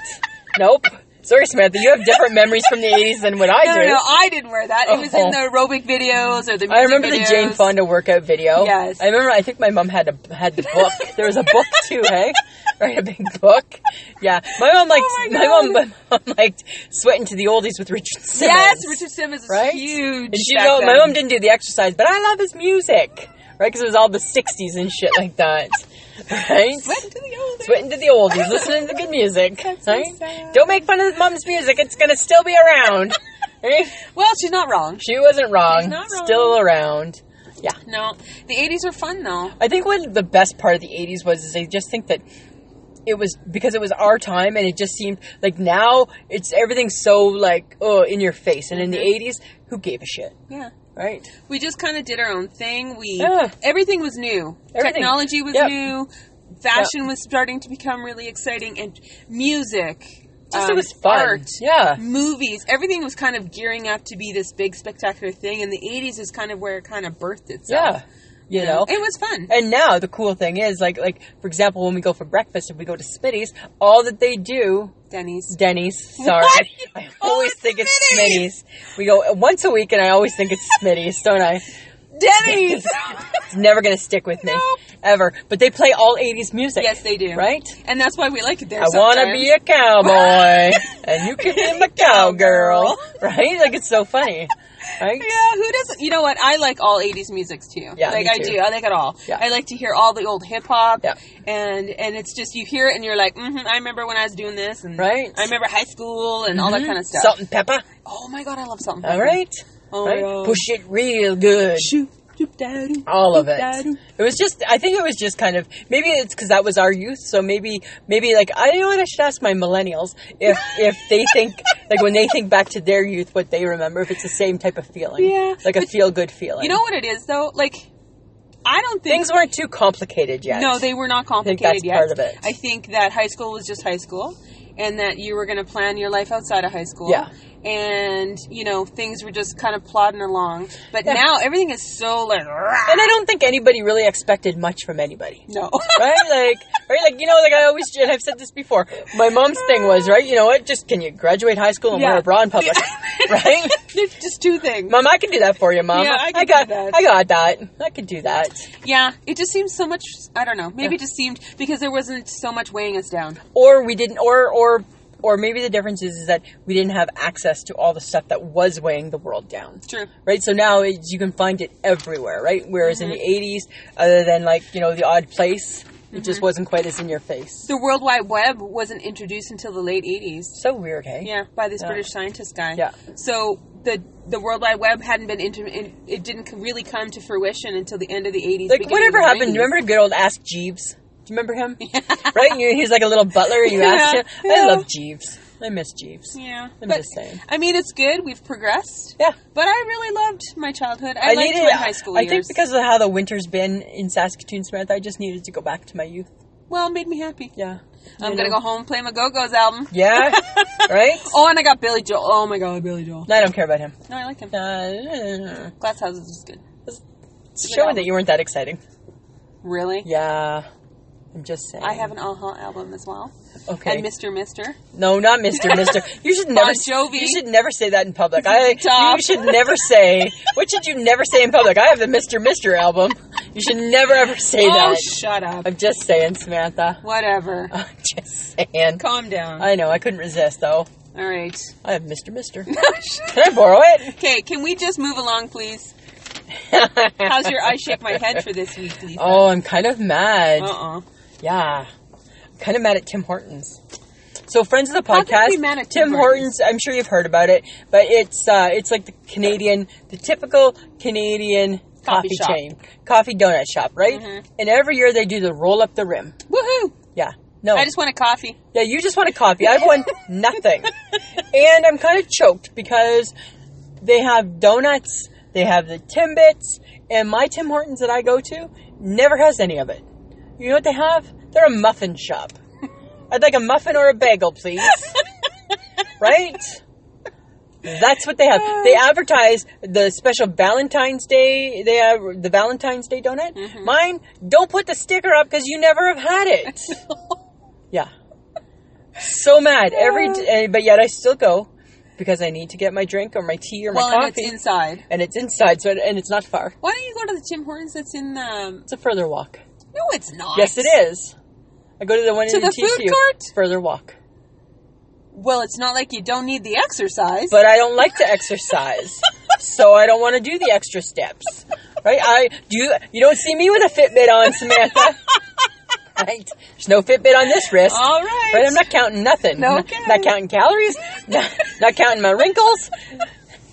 [SPEAKER 3] nope. Sorry, Samantha. You have different memories from the 80s than what I
[SPEAKER 2] the headbands?
[SPEAKER 3] do.
[SPEAKER 2] No, no, no, I didn't wear that. It was
[SPEAKER 3] Oh.
[SPEAKER 2] in the aerobic videos or the. Music
[SPEAKER 3] I remember the
[SPEAKER 2] videos.
[SPEAKER 3] Jane Fonda workout video.
[SPEAKER 2] Yes.
[SPEAKER 3] I remember. I think my mom had a had the book. there was a book too, hey? Right, a big book. Yeah, my mom liked
[SPEAKER 2] Oh my
[SPEAKER 3] my, mom,
[SPEAKER 2] God.
[SPEAKER 3] my mom liked sweating to the oldies with Richard Simmons.
[SPEAKER 2] Yes, Richard Simmons is
[SPEAKER 3] Right?
[SPEAKER 2] huge.
[SPEAKER 3] And she,
[SPEAKER 2] back
[SPEAKER 3] know, my
[SPEAKER 2] then.
[SPEAKER 3] mom didn't do the exercise, but I love his music, right? Because it was all the '60s and shit like that, right?
[SPEAKER 2] Went to the old
[SPEAKER 3] Sweating to the oldies, listening to good music.
[SPEAKER 2] That's so
[SPEAKER 3] right?
[SPEAKER 2] sad.
[SPEAKER 3] Don't make fun of mom's music; it's gonna still be around. Right?
[SPEAKER 2] Well, she's not wrong.
[SPEAKER 3] She wasn't wrong.
[SPEAKER 2] She's not wrong.
[SPEAKER 3] Still around.
[SPEAKER 2] No, the '80s were fun though.
[SPEAKER 3] I think what the best part of the 80s was is I just think that it was because it was our time and it just seemed like now it's everything's so like oh in your face and in
[SPEAKER 2] Mm-hmm.
[SPEAKER 3] the 80s who gave a shit
[SPEAKER 2] Yeah,
[SPEAKER 3] right
[SPEAKER 2] we just kind of did our own thing. We
[SPEAKER 3] Yeah.
[SPEAKER 2] everything was new.
[SPEAKER 3] Everything.
[SPEAKER 2] Technology was
[SPEAKER 3] Yep.
[SPEAKER 2] new. Fashion was starting to become really exciting, and music.
[SPEAKER 3] just
[SPEAKER 2] um,
[SPEAKER 3] it was fun
[SPEAKER 2] Art,
[SPEAKER 3] yeah
[SPEAKER 2] movies, everything was kind of gearing up to be this big spectacular thing, and the '80s is kind of where it kind of birthed
[SPEAKER 3] yeah
[SPEAKER 2] itself.
[SPEAKER 3] you know
[SPEAKER 2] it was fun.
[SPEAKER 3] and now the cool thing is like like for example when we go for breakfast if we go to Smitty's all that they do
[SPEAKER 2] Denny's.
[SPEAKER 3] Denny's sorry
[SPEAKER 2] What?
[SPEAKER 3] I
[SPEAKER 2] Oh,
[SPEAKER 3] always
[SPEAKER 2] it's
[SPEAKER 3] think it's
[SPEAKER 2] Smitty's.
[SPEAKER 3] Smitty's we go once a week and I always think it's Smitty's don't I
[SPEAKER 2] Denny's.
[SPEAKER 3] It's never gonna stick with me
[SPEAKER 2] Nope.
[SPEAKER 3] ever. But they play all '80s music.
[SPEAKER 2] yes, they do.
[SPEAKER 3] Right?
[SPEAKER 2] and that's why we like it there.
[SPEAKER 3] I wanna
[SPEAKER 2] sometimes.
[SPEAKER 3] be a cowboy, and you can be my cowgirl. Right? Like it's so funny. Right?
[SPEAKER 2] Yeah, who doesn't? You know what? I like all '80s musics too.
[SPEAKER 3] Yeah,
[SPEAKER 2] like
[SPEAKER 3] me
[SPEAKER 2] I
[SPEAKER 3] too.
[SPEAKER 2] do. I like it all.
[SPEAKER 3] Yeah.
[SPEAKER 2] I like to hear all the old hip hop.
[SPEAKER 3] Yeah.
[SPEAKER 2] And and it's just you hear it and you're like, mm-hmm, I remember when I was doing this, and
[SPEAKER 3] Right.
[SPEAKER 2] I remember high school and all that kind of stuff.
[SPEAKER 3] Salt and pepper.
[SPEAKER 2] oh my god, I love something.
[SPEAKER 3] All right.
[SPEAKER 2] Oh
[SPEAKER 3] right?
[SPEAKER 2] my god.
[SPEAKER 3] Push it real good.
[SPEAKER 2] Shoot. doop, da, doo,
[SPEAKER 3] All of
[SPEAKER 2] doop,
[SPEAKER 3] it.
[SPEAKER 2] da, doo.
[SPEAKER 3] It was just. I think it was just kind of. Maybe it's because that was our youth. So maybe, maybe like I know what I should ask my millennials if if they think like when they think back to their youth, what they remember. If it's the same type of feeling,
[SPEAKER 2] Yeah.
[SPEAKER 3] like a feel good feeling.
[SPEAKER 2] You know what it is though? Like, I don't think
[SPEAKER 3] things weren't too complicated yet.
[SPEAKER 2] No, they were not
[SPEAKER 3] think
[SPEAKER 2] complicated
[SPEAKER 3] that's
[SPEAKER 2] yet.
[SPEAKER 3] part of it.
[SPEAKER 2] I think that high school was just high school and that you were going to plan your life outside of high school.
[SPEAKER 3] Yeah.
[SPEAKER 2] And, you know, things were just kind of plodding along. But now everything is so like,
[SPEAKER 3] and I don't think anybody really expected much from anybody.
[SPEAKER 2] no.
[SPEAKER 3] Right, like, right, like you know, like I always and I've said this before. My mom's thing was right. You know what? Just can you graduate high school and
[SPEAKER 2] Yeah.
[SPEAKER 3] wear a bra in public, right?
[SPEAKER 2] There's just two things.
[SPEAKER 3] Mom, I can do that for you, Mom.
[SPEAKER 2] Yeah, I can do
[SPEAKER 3] got,
[SPEAKER 2] that.
[SPEAKER 3] I got that. I can do that.
[SPEAKER 2] yeah, it just seems so much, I don't know, maybe it just seemed because there wasn't so much weighing us down.
[SPEAKER 3] Or we didn't, or or or maybe the difference is, is that we didn't have access to all the stuff that was weighing the world down.
[SPEAKER 2] True.
[SPEAKER 3] Right? So now it's, you can find it everywhere, right? Whereas in
[SPEAKER 2] Mm-hmm.
[SPEAKER 3] the 80s, other than like, you know, the odd place, it
[SPEAKER 2] Mm-hmm.
[SPEAKER 3] just wasn't quite as in your face.
[SPEAKER 2] The World Wide Web wasn't introduced until the late 80s.
[SPEAKER 3] So weird, hey?
[SPEAKER 2] Yeah, by this British scientist guy.
[SPEAKER 3] Yeah.
[SPEAKER 2] So the the World Wide Web hadn't been inter- in, it didn't c- really come to fruition until the end of the 80s. beginning
[SPEAKER 3] Like,
[SPEAKER 2] of
[SPEAKER 3] whatever
[SPEAKER 2] the
[SPEAKER 3] happened?
[SPEAKER 2] 90s.
[SPEAKER 3] Remember good old Ask Jeeves? Do you remember him? right? And you- he's like a little butler, and you asked him.
[SPEAKER 2] Yeah.
[SPEAKER 3] I love Jeeves. I miss Jeeves.
[SPEAKER 2] Yeah.
[SPEAKER 3] I'm
[SPEAKER 2] but,
[SPEAKER 3] just saying.
[SPEAKER 2] I mean, it's good. We've progressed.
[SPEAKER 3] Yeah.
[SPEAKER 2] But I really loved my childhood. I, liked my high school
[SPEAKER 3] I
[SPEAKER 2] years.
[SPEAKER 3] think because of how the winter's been in Saskatoon, Samantha, I just needed to go back to my youth.
[SPEAKER 2] well, it made me happy.
[SPEAKER 3] Yeah.
[SPEAKER 2] I'm
[SPEAKER 3] You
[SPEAKER 2] gonna
[SPEAKER 3] know?
[SPEAKER 2] go home and play my Go Go's album.
[SPEAKER 3] Yeah. right?
[SPEAKER 2] Oh, and I got Billy Joel. Oh my God, Billy Joel.
[SPEAKER 3] No, I don't care about him.
[SPEAKER 2] No, I like him.
[SPEAKER 3] Uh,
[SPEAKER 2] Glass Houses is good.
[SPEAKER 3] it's
[SPEAKER 2] um,
[SPEAKER 3] showing that you weren't that exciting.
[SPEAKER 2] Really?
[SPEAKER 3] Yeah. I'm just saying.
[SPEAKER 2] I have an Aha album as well.
[SPEAKER 3] Okay.
[SPEAKER 2] And Mr. Mister.
[SPEAKER 3] no, not Mr. Mister. You should never.
[SPEAKER 2] Jovi.
[SPEAKER 3] You should never say that in public. I.
[SPEAKER 2] Stop.
[SPEAKER 3] You should never say. What should you never say in public? I have the Mr. Mister album. You should never ever say
[SPEAKER 2] Oh,
[SPEAKER 3] that.
[SPEAKER 2] shut up.
[SPEAKER 3] I'm just saying, Samantha.
[SPEAKER 2] Whatever.
[SPEAKER 3] I'm just saying.
[SPEAKER 2] Calm down.
[SPEAKER 3] I know. I couldn't resist though.
[SPEAKER 2] All right.
[SPEAKER 3] I have Mr. Mister. Can I borrow it?
[SPEAKER 2] Okay, can we just move along, please? How's your I shake my head for this week, Lisa?
[SPEAKER 3] Oh, I'm kind of mad.
[SPEAKER 2] Uh-uh.
[SPEAKER 3] Yeah. I'm kind of mad at Tim Hortons. So friends of the
[SPEAKER 2] How can
[SPEAKER 3] podcast,
[SPEAKER 2] we be mad at
[SPEAKER 3] Tim,
[SPEAKER 2] Tim Hortons?
[SPEAKER 3] Hortons. I'm sure you've heard about it, but it's uh, it's like the Canadian, the typical Canadian
[SPEAKER 2] Coffee
[SPEAKER 3] coffee,
[SPEAKER 2] shop. Mm-hmm.
[SPEAKER 3] chain, coffee donut shop, right? And every year they do the roll up the rim.
[SPEAKER 2] Woohoo!
[SPEAKER 3] Yeah, no,
[SPEAKER 2] I just want a coffee.
[SPEAKER 3] yeah, you just want a coffee. I've won nothing, and I'm kind of choked because they have donuts, they have the Timbits, and my Tim Hortons that I go to never has any of it. You know what they have? They're a muffin shop. I'd like a muffin or a bagel, please. right? That's what they have. They advertise the special Valentine's Day. They have the Valentine's Day donut. Mine, don't put the sticker up because you never have had it. yeah. So mad every, eh, but yet I still go because I need to get my drink or my tea or
[SPEAKER 2] Well,
[SPEAKER 3] my
[SPEAKER 2] and it's
[SPEAKER 3] coffee,
[SPEAKER 2] inside.
[SPEAKER 3] and it's inside. So it, and it's not far.
[SPEAKER 2] Why don't you go to the Tim Hortons that's in um
[SPEAKER 3] It's a further walk.
[SPEAKER 2] No, it's not.
[SPEAKER 3] Yes, it is. I go to the one
[SPEAKER 2] To
[SPEAKER 3] in
[SPEAKER 2] the
[SPEAKER 3] TCU.
[SPEAKER 2] food court?
[SPEAKER 3] Further walk,
[SPEAKER 2] Well, it's not like you don't need the exercise.
[SPEAKER 3] but I don't like to exercise, so I don't want to do the extra steps. Right? I do. You, you don't see me with a Fitbit on, Samantha. Right? There's no Fitbit on this wrist.
[SPEAKER 2] All right.
[SPEAKER 3] Right? I'm not counting nothing.
[SPEAKER 2] No
[SPEAKER 3] Not-
[SPEAKER 2] kidding.
[SPEAKER 3] Not counting calories. Not, not counting my wrinkles.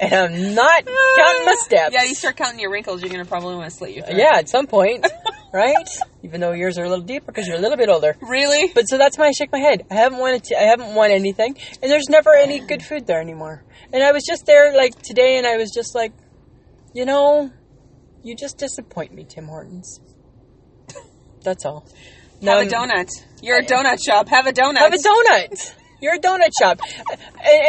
[SPEAKER 3] And I'm not counting my steps.
[SPEAKER 2] Yeah, you start counting your wrinkles, you're gonna probably want to slit your throat.
[SPEAKER 3] Yeah, at some point, right? Even though yours are a little deeper because you're a little bit older.
[SPEAKER 2] Really?
[SPEAKER 3] But so that's why I shake my head. I haven't wanted to. I haven't won anything, and there's never any good food there anymore. And I was just there like today, and I was just like, you know, you just disappoint me, Tim Hortons. That's all.
[SPEAKER 2] have a donut. You're a donut shop. Have a donut.
[SPEAKER 3] Have a donut. You're a donut shop, and,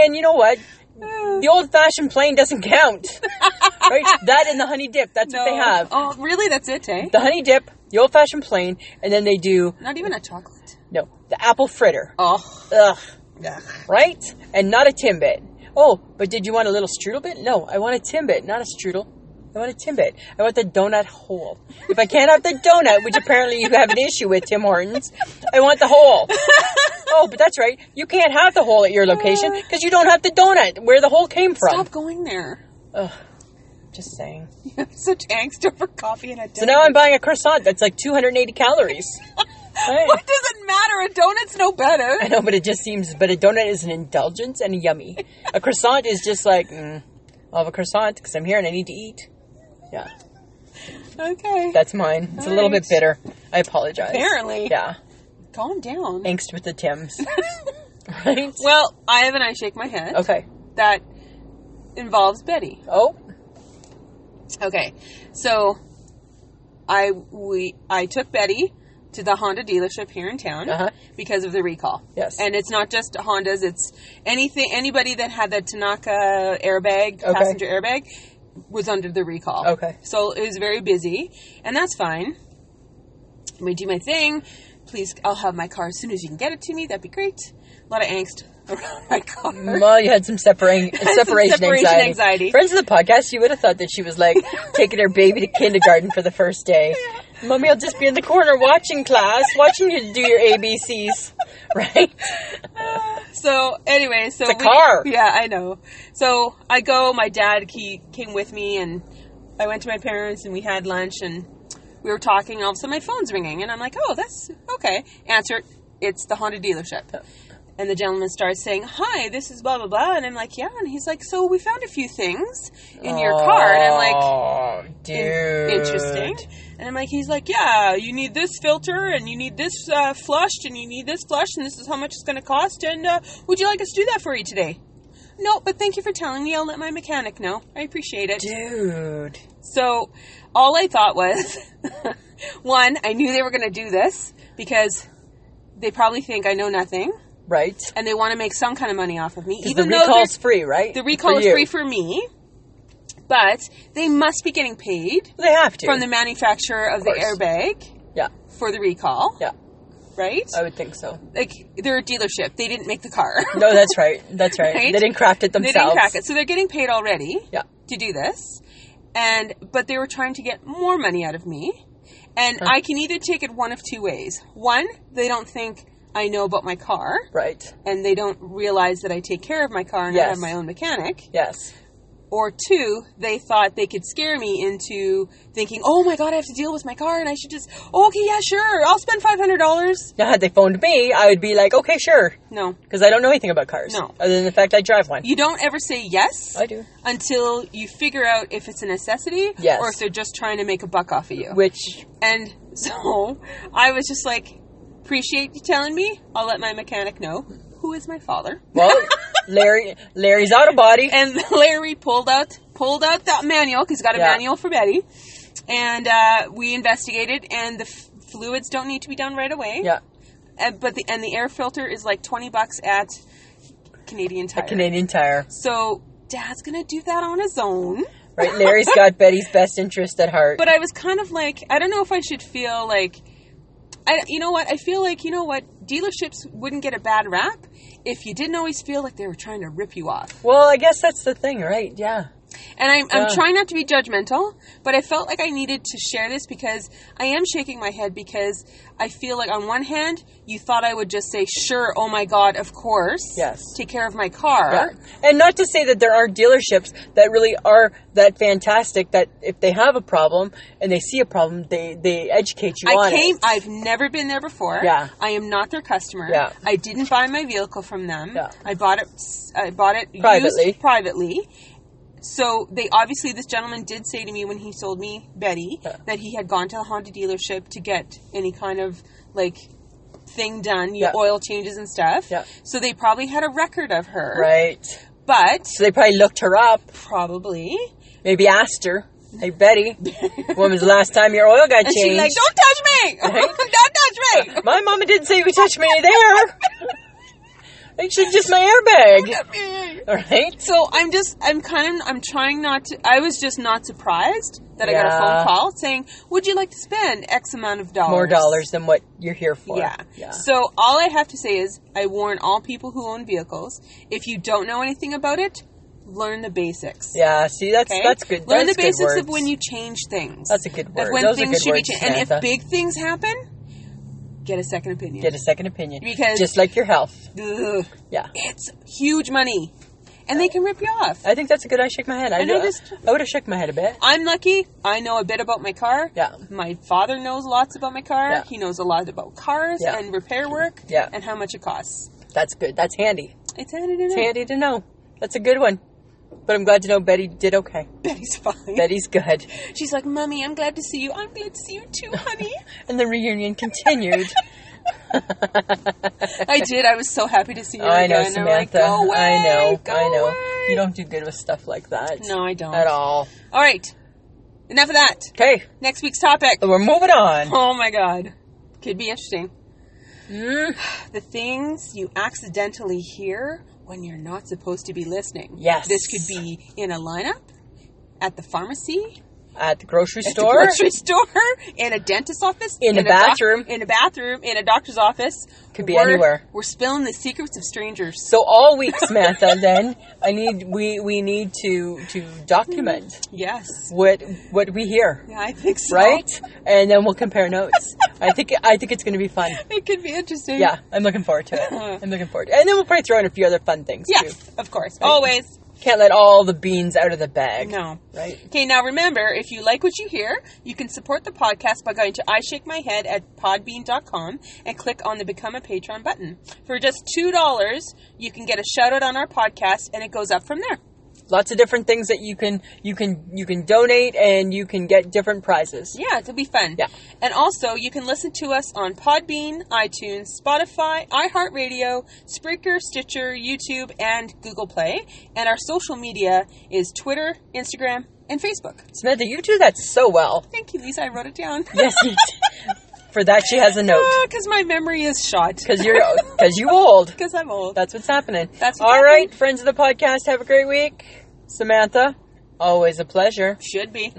[SPEAKER 3] and you know what? The old-fashioned plain doesn't count, right? That and the honey dip. That's
[SPEAKER 2] No.
[SPEAKER 3] what they have.
[SPEAKER 2] Oh, really? That's it, eh?
[SPEAKER 3] The honey dip, the old-fashioned plain, and then they do
[SPEAKER 2] Not even a chocolate.
[SPEAKER 3] no the apple fritter.
[SPEAKER 2] Oh.
[SPEAKER 3] Ugh.
[SPEAKER 2] Ugh.
[SPEAKER 3] right? And not a Timbit. Oh, but did you want a little strudel bit? No, I want a Timbit, not a strudel. I want a Timbit. I want the donut hole. If I can't have the donut, which apparently you have an issue with, Tim Hortons, I want the hole. Oh, but that's right. You can't have the hole at your location because you don't have the donut where the hole came from.
[SPEAKER 2] Uh. Stop going there.
[SPEAKER 3] Just saying.
[SPEAKER 2] You have such angst over coffee and a donut.
[SPEAKER 3] So now I'm buying a croissant that's like 280 calories. Right.
[SPEAKER 2] What does it matter? A donut's no better.
[SPEAKER 3] I know, but it just seems. But a donut is an indulgence and yummy. A croissant is just like, mm, I'll have a croissant because I'm here and I need to eat. Yeah,
[SPEAKER 2] Okay.
[SPEAKER 3] that's mine. It's a little bit bitter. I apologize.
[SPEAKER 2] Apparently.
[SPEAKER 3] Yeah,
[SPEAKER 2] Calm down.
[SPEAKER 3] angst with the Tims. right?
[SPEAKER 2] Well, I have an I shake my head
[SPEAKER 3] Okay.
[SPEAKER 2] that involves Betty.
[SPEAKER 3] Oh,
[SPEAKER 2] Okay, so I we I took Betty to the Honda dealership here in town
[SPEAKER 3] Uh-huh.
[SPEAKER 2] because of the recall.
[SPEAKER 3] Yes.
[SPEAKER 2] and it's not just Hondas; it's anything anybody that had the Tanaka airbag,
[SPEAKER 3] Okay.
[SPEAKER 2] passenger airbag, was under the recall.
[SPEAKER 3] Okay.
[SPEAKER 2] so it was very busy, and that's fine. Let me do my thing. Please, I'll have my car as soon as you can get it to me. That'd be great. A lot of angst around my car.
[SPEAKER 3] well, you had some separating separation,
[SPEAKER 2] separation
[SPEAKER 3] anxiety.
[SPEAKER 2] anxiety.
[SPEAKER 3] Friends of the podcast, you would have thought that she was like taking her baby to kindergarten for the first day. Mommy, I'll just be in the corner watching class, watching you do your ABCs. right?
[SPEAKER 2] So anyway, so
[SPEAKER 3] It's a car.
[SPEAKER 2] Yeah, I know. So I go. My dad he came with me, and I went to my parents, and we had lunch, and we were talking. And all of a sudden, my phone's ringing, and I'm like, "Oh, that's okay." Answer it. It's the Honda
[SPEAKER 3] Oh.
[SPEAKER 2] dealership. And the gentleman starts saying, "Hi, this is blah blah blah," and I'm like, "Yeah," and he's like, "So we found a few things in your car," and I'm like,
[SPEAKER 3] oh, dude.
[SPEAKER 2] in- interesting. And I'm like, he's like, yeah, you need this filter, and you need this uh, flushed, and you need this flushed, and this is how much it's going to cost. And uh, would you like us to do that for you today? No, but thank you for telling me. I'll let my mechanic know. I appreciate it.
[SPEAKER 3] Dude.
[SPEAKER 2] So, all I thought was, one, I knew they were going to do this because they probably think I know nothing,
[SPEAKER 3] Right?
[SPEAKER 2] and they want to make some kind of money off of me,
[SPEAKER 3] Even
[SPEAKER 2] even
[SPEAKER 3] the
[SPEAKER 2] though they're-
[SPEAKER 3] recall's free, right?
[SPEAKER 2] the recall
[SPEAKER 3] For
[SPEAKER 2] is
[SPEAKER 3] you.
[SPEAKER 2] free for me. But they must be getting paid
[SPEAKER 3] They have to.
[SPEAKER 2] from the manufacturer of, the
[SPEAKER 3] course.
[SPEAKER 2] airbag
[SPEAKER 3] yeah,
[SPEAKER 2] for the recall,
[SPEAKER 3] yeah.
[SPEAKER 2] right?
[SPEAKER 3] I would think so.
[SPEAKER 2] like they're a dealership; they didn't make the car.
[SPEAKER 3] No, that's right. That's right.
[SPEAKER 2] Right?
[SPEAKER 3] They didn't craft it
[SPEAKER 2] they
[SPEAKER 3] themselves.
[SPEAKER 2] didn't crack it, so they're getting paid already
[SPEAKER 3] Yeah.
[SPEAKER 2] to do this. And but they were trying to get more money out of me, and I can either take it one of two ways. One, they don't think I know about my car,
[SPEAKER 3] Right.
[SPEAKER 2] and they don't realize that I take care of my car and I
[SPEAKER 3] Yes.
[SPEAKER 2] have my own mechanic.
[SPEAKER 3] Yes.
[SPEAKER 2] or two, they thought they could scare me into thinking, oh my god, I have to deal with my car and I should just, oh, okay, yeah, sure, I'll spend $500.
[SPEAKER 3] Now, had they phoned me, I would be like, okay, sure.
[SPEAKER 2] No.
[SPEAKER 3] Because I don't know anything about cars.
[SPEAKER 2] No.
[SPEAKER 3] Other than the fact I drive one.
[SPEAKER 2] You don't ever say yes
[SPEAKER 3] I do.
[SPEAKER 2] until you figure out if it's a necessity
[SPEAKER 3] Yes.
[SPEAKER 2] or if they're just trying to make a buck off of you.
[SPEAKER 3] Which,
[SPEAKER 2] and so I was just like, appreciate you telling me. I'll let my mechanic know who is my father.
[SPEAKER 3] well, Larry, Larry's out of body.
[SPEAKER 2] and Larry pulled out pulled out that manual because got a
[SPEAKER 3] Yeah.
[SPEAKER 2] manual for Betty, and uh, we investigated, and the f- fluids don't need to be done right away.
[SPEAKER 3] yeah.
[SPEAKER 2] And, but the and the air filter is like twenty bucks at Canadian Tire.
[SPEAKER 3] Canadian Tire.
[SPEAKER 2] So Dad's gonna do that on his own.
[SPEAKER 3] Right. Larry's got Betty's best interest at heart.
[SPEAKER 2] But I was kind of like, I don't know if I should feel like. I, you know what? I feel like you know what dealerships wouldn't get a bad rap if you didn't always feel like they were trying to rip you off.
[SPEAKER 3] well, I guess that's the thing, right? Yeah.
[SPEAKER 2] And I'm,
[SPEAKER 3] Yeah.
[SPEAKER 2] I'm trying not to be judgmental, but I felt like I needed to share this because I am shaking my head because I feel like on one hand, you thought I would just say, sure, oh my God, of course.
[SPEAKER 3] Yes.
[SPEAKER 2] Take care of my car.
[SPEAKER 3] Yeah. And not to say that there aren't dealerships that really are that fantastic that if they have a problem and they see a problem, they, they educate you
[SPEAKER 2] I
[SPEAKER 3] on
[SPEAKER 2] came,
[SPEAKER 3] it.
[SPEAKER 2] I've never been there before.
[SPEAKER 3] Yeah.
[SPEAKER 2] I am not their customer.
[SPEAKER 3] Yeah.
[SPEAKER 2] I didn't buy my vehicle from them.
[SPEAKER 3] Yeah.
[SPEAKER 2] I bought it, I bought it used
[SPEAKER 3] Privately.
[SPEAKER 2] privately. So they obviously, this gentleman did say to me when he sold me Betty that he had gone to the Honda dealership to get any kind of like thing done, you know,
[SPEAKER 3] Yeah.
[SPEAKER 2] oil changes and stuff.
[SPEAKER 3] Yeah.
[SPEAKER 2] So they probably had a record of her.
[SPEAKER 3] Right.
[SPEAKER 2] But
[SPEAKER 3] So they probably looked her up,
[SPEAKER 2] probably.
[SPEAKER 3] maybe asked her, hey, Betty, when was the last time your oil
[SPEAKER 2] And
[SPEAKER 3] got changed?
[SPEAKER 2] she's like, don't touch me! don't touch me!
[SPEAKER 3] My mama didn't say we touch me there. It should just my airbag. All right.
[SPEAKER 2] So I'm just, I'm kind of, I'm trying not to, I was just not surprised that I got a
[SPEAKER 3] Yeah.
[SPEAKER 2] phone call saying, would you like to spend X amount of dollars?
[SPEAKER 3] More dollars than what you're here for.
[SPEAKER 2] Yeah.
[SPEAKER 3] Yeah.
[SPEAKER 2] So all I have to say is, I warn all people who own vehicles, if you don't know anything about it, learn the basics.
[SPEAKER 3] Yeah, See, that's
[SPEAKER 2] Okay?
[SPEAKER 3] that's good.
[SPEAKER 2] Learn
[SPEAKER 3] that's
[SPEAKER 2] the
[SPEAKER 3] good
[SPEAKER 2] basics of
[SPEAKER 3] words.
[SPEAKER 2] when you change things.
[SPEAKER 3] That's a good word.
[SPEAKER 2] Of when
[SPEAKER 3] Those are
[SPEAKER 2] things
[SPEAKER 3] good
[SPEAKER 2] should
[SPEAKER 3] words,
[SPEAKER 2] be changed. And
[SPEAKER 3] Samantha.
[SPEAKER 2] if big things happen, get a second opinion.
[SPEAKER 3] get a second opinion
[SPEAKER 2] Because-
[SPEAKER 3] just like your health.
[SPEAKER 2] Ugh.
[SPEAKER 3] Yeah.
[SPEAKER 2] It's huge money. And they can rip you off.
[SPEAKER 3] I think that's a good. I shake my head. I,
[SPEAKER 2] I
[SPEAKER 3] do,
[SPEAKER 2] know this-
[SPEAKER 3] I would have shook my head a bit.
[SPEAKER 2] I'm lucky. I know a bit about my car.
[SPEAKER 3] Yeah.
[SPEAKER 2] My father knows lots about my car.
[SPEAKER 3] Yeah.
[SPEAKER 2] He knows a lot about cars
[SPEAKER 3] Yeah.
[SPEAKER 2] and repair work.
[SPEAKER 3] Yeah.
[SPEAKER 2] And how much it costs.
[SPEAKER 3] That's good. That's handy.
[SPEAKER 2] It's handed in.
[SPEAKER 3] It's handy to know. That's a good one. But I'm glad to know Betty did okay.
[SPEAKER 2] Betty's fine.
[SPEAKER 3] Betty's good.
[SPEAKER 2] She's like, "Mummy, I'm glad to see you. I'm glad to see you too, honey."
[SPEAKER 3] And the reunion continued.
[SPEAKER 2] I did. I was so happy to see you.
[SPEAKER 3] I know,
[SPEAKER 2] again. I'm like,
[SPEAKER 3] Samantha.
[SPEAKER 2] "Go away,
[SPEAKER 3] I know.
[SPEAKER 2] go
[SPEAKER 3] I know.
[SPEAKER 2] away."
[SPEAKER 3] You don't do good with stuff like that.
[SPEAKER 2] No, I don't.
[SPEAKER 3] At all.
[SPEAKER 2] All right. Enough of that.
[SPEAKER 3] Okay,
[SPEAKER 2] Next week's topic.
[SPEAKER 3] we're moving on.
[SPEAKER 2] Oh my god. Could be interesting.
[SPEAKER 3] Hmm.
[SPEAKER 2] The things you accidentally hear when you're not supposed to be listening.
[SPEAKER 3] Yes.
[SPEAKER 2] This could be in a lineup, at the pharmacy,
[SPEAKER 3] at the grocery
[SPEAKER 2] At the
[SPEAKER 3] store.
[SPEAKER 2] grocery store, in a dentist's office,
[SPEAKER 3] In a
[SPEAKER 2] doc-
[SPEAKER 3] bathroom.
[SPEAKER 2] in a bathroom, in a doctor's office.
[SPEAKER 3] Could be
[SPEAKER 2] We're-
[SPEAKER 3] anywhere.
[SPEAKER 2] We're spilling the secrets of strangers.
[SPEAKER 3] so all week, Samantha. then I need we we need to to document
[SPEAKER 2] Yes.
[SPEAKER 3] what what we hear,
[SPEAKER 2] Yeah, I think so.
[SPEAKER 3] right? And then we'll compare notes. I think I think it's going to be fun.
[SPEAKER 2] It could be interesting.
[SPEAKER 3] Yeah, I'm looking forward to it. I'm looking forward, to it. and then we'll probably throw in a few other fun things
[SPEAKER 2] Yeah,
[SPEAKER 3] too.
[SPEAKER 2] of course. Always.
[SPEAKER 3] Can't let all the beans out of the bag.
[SPEAKER 2] No.
[SPEAKER 3] right?
[SPEAKER 2] Okay, now remember, if you like what you hear, you can support the podcast by going to I Shake My Head at podbean.com and click on the Become a Patron button. For just $2, you can get a shout out on our podcast and it goes up from there.
[SPEAKER 3] Lots of different things that you can you can you can donate, and you can get different prizes.
[SPEAKER 2] Yeah, it'll be fun.
[SPEAKER 3] Yeah.
[SPEAKER 2] And also, you can listen to us on Podbean, iTunes, Spotify, iHeartRadio, Spreaker, Stitcher, YouTube, and Google Play. And our social media is Twitter, Instagram, and Facebook.
[SPEAKER 3] Samantha, you do that so well.
[SPEAKER 2] Thank you, Lisa. I wrote it down.
[SPEAKER 3] Yes, you do. for that she has a note
[SPEAKER 2] Because my memory is shot.
[SPEAKER 3] because you're because you old.
[SPEAKER 2] Because I'm old.
[SPEAKER 3] That's what's happening.
[SPEAKER 2] That's what's
[SPEAKER 3] all
[SPEAKER 2] happening.
[SPEAKER 3] right, friends of the podcast. Have a great week, Samantha. Always a pleasure.
[SPEAKER 2] Should be.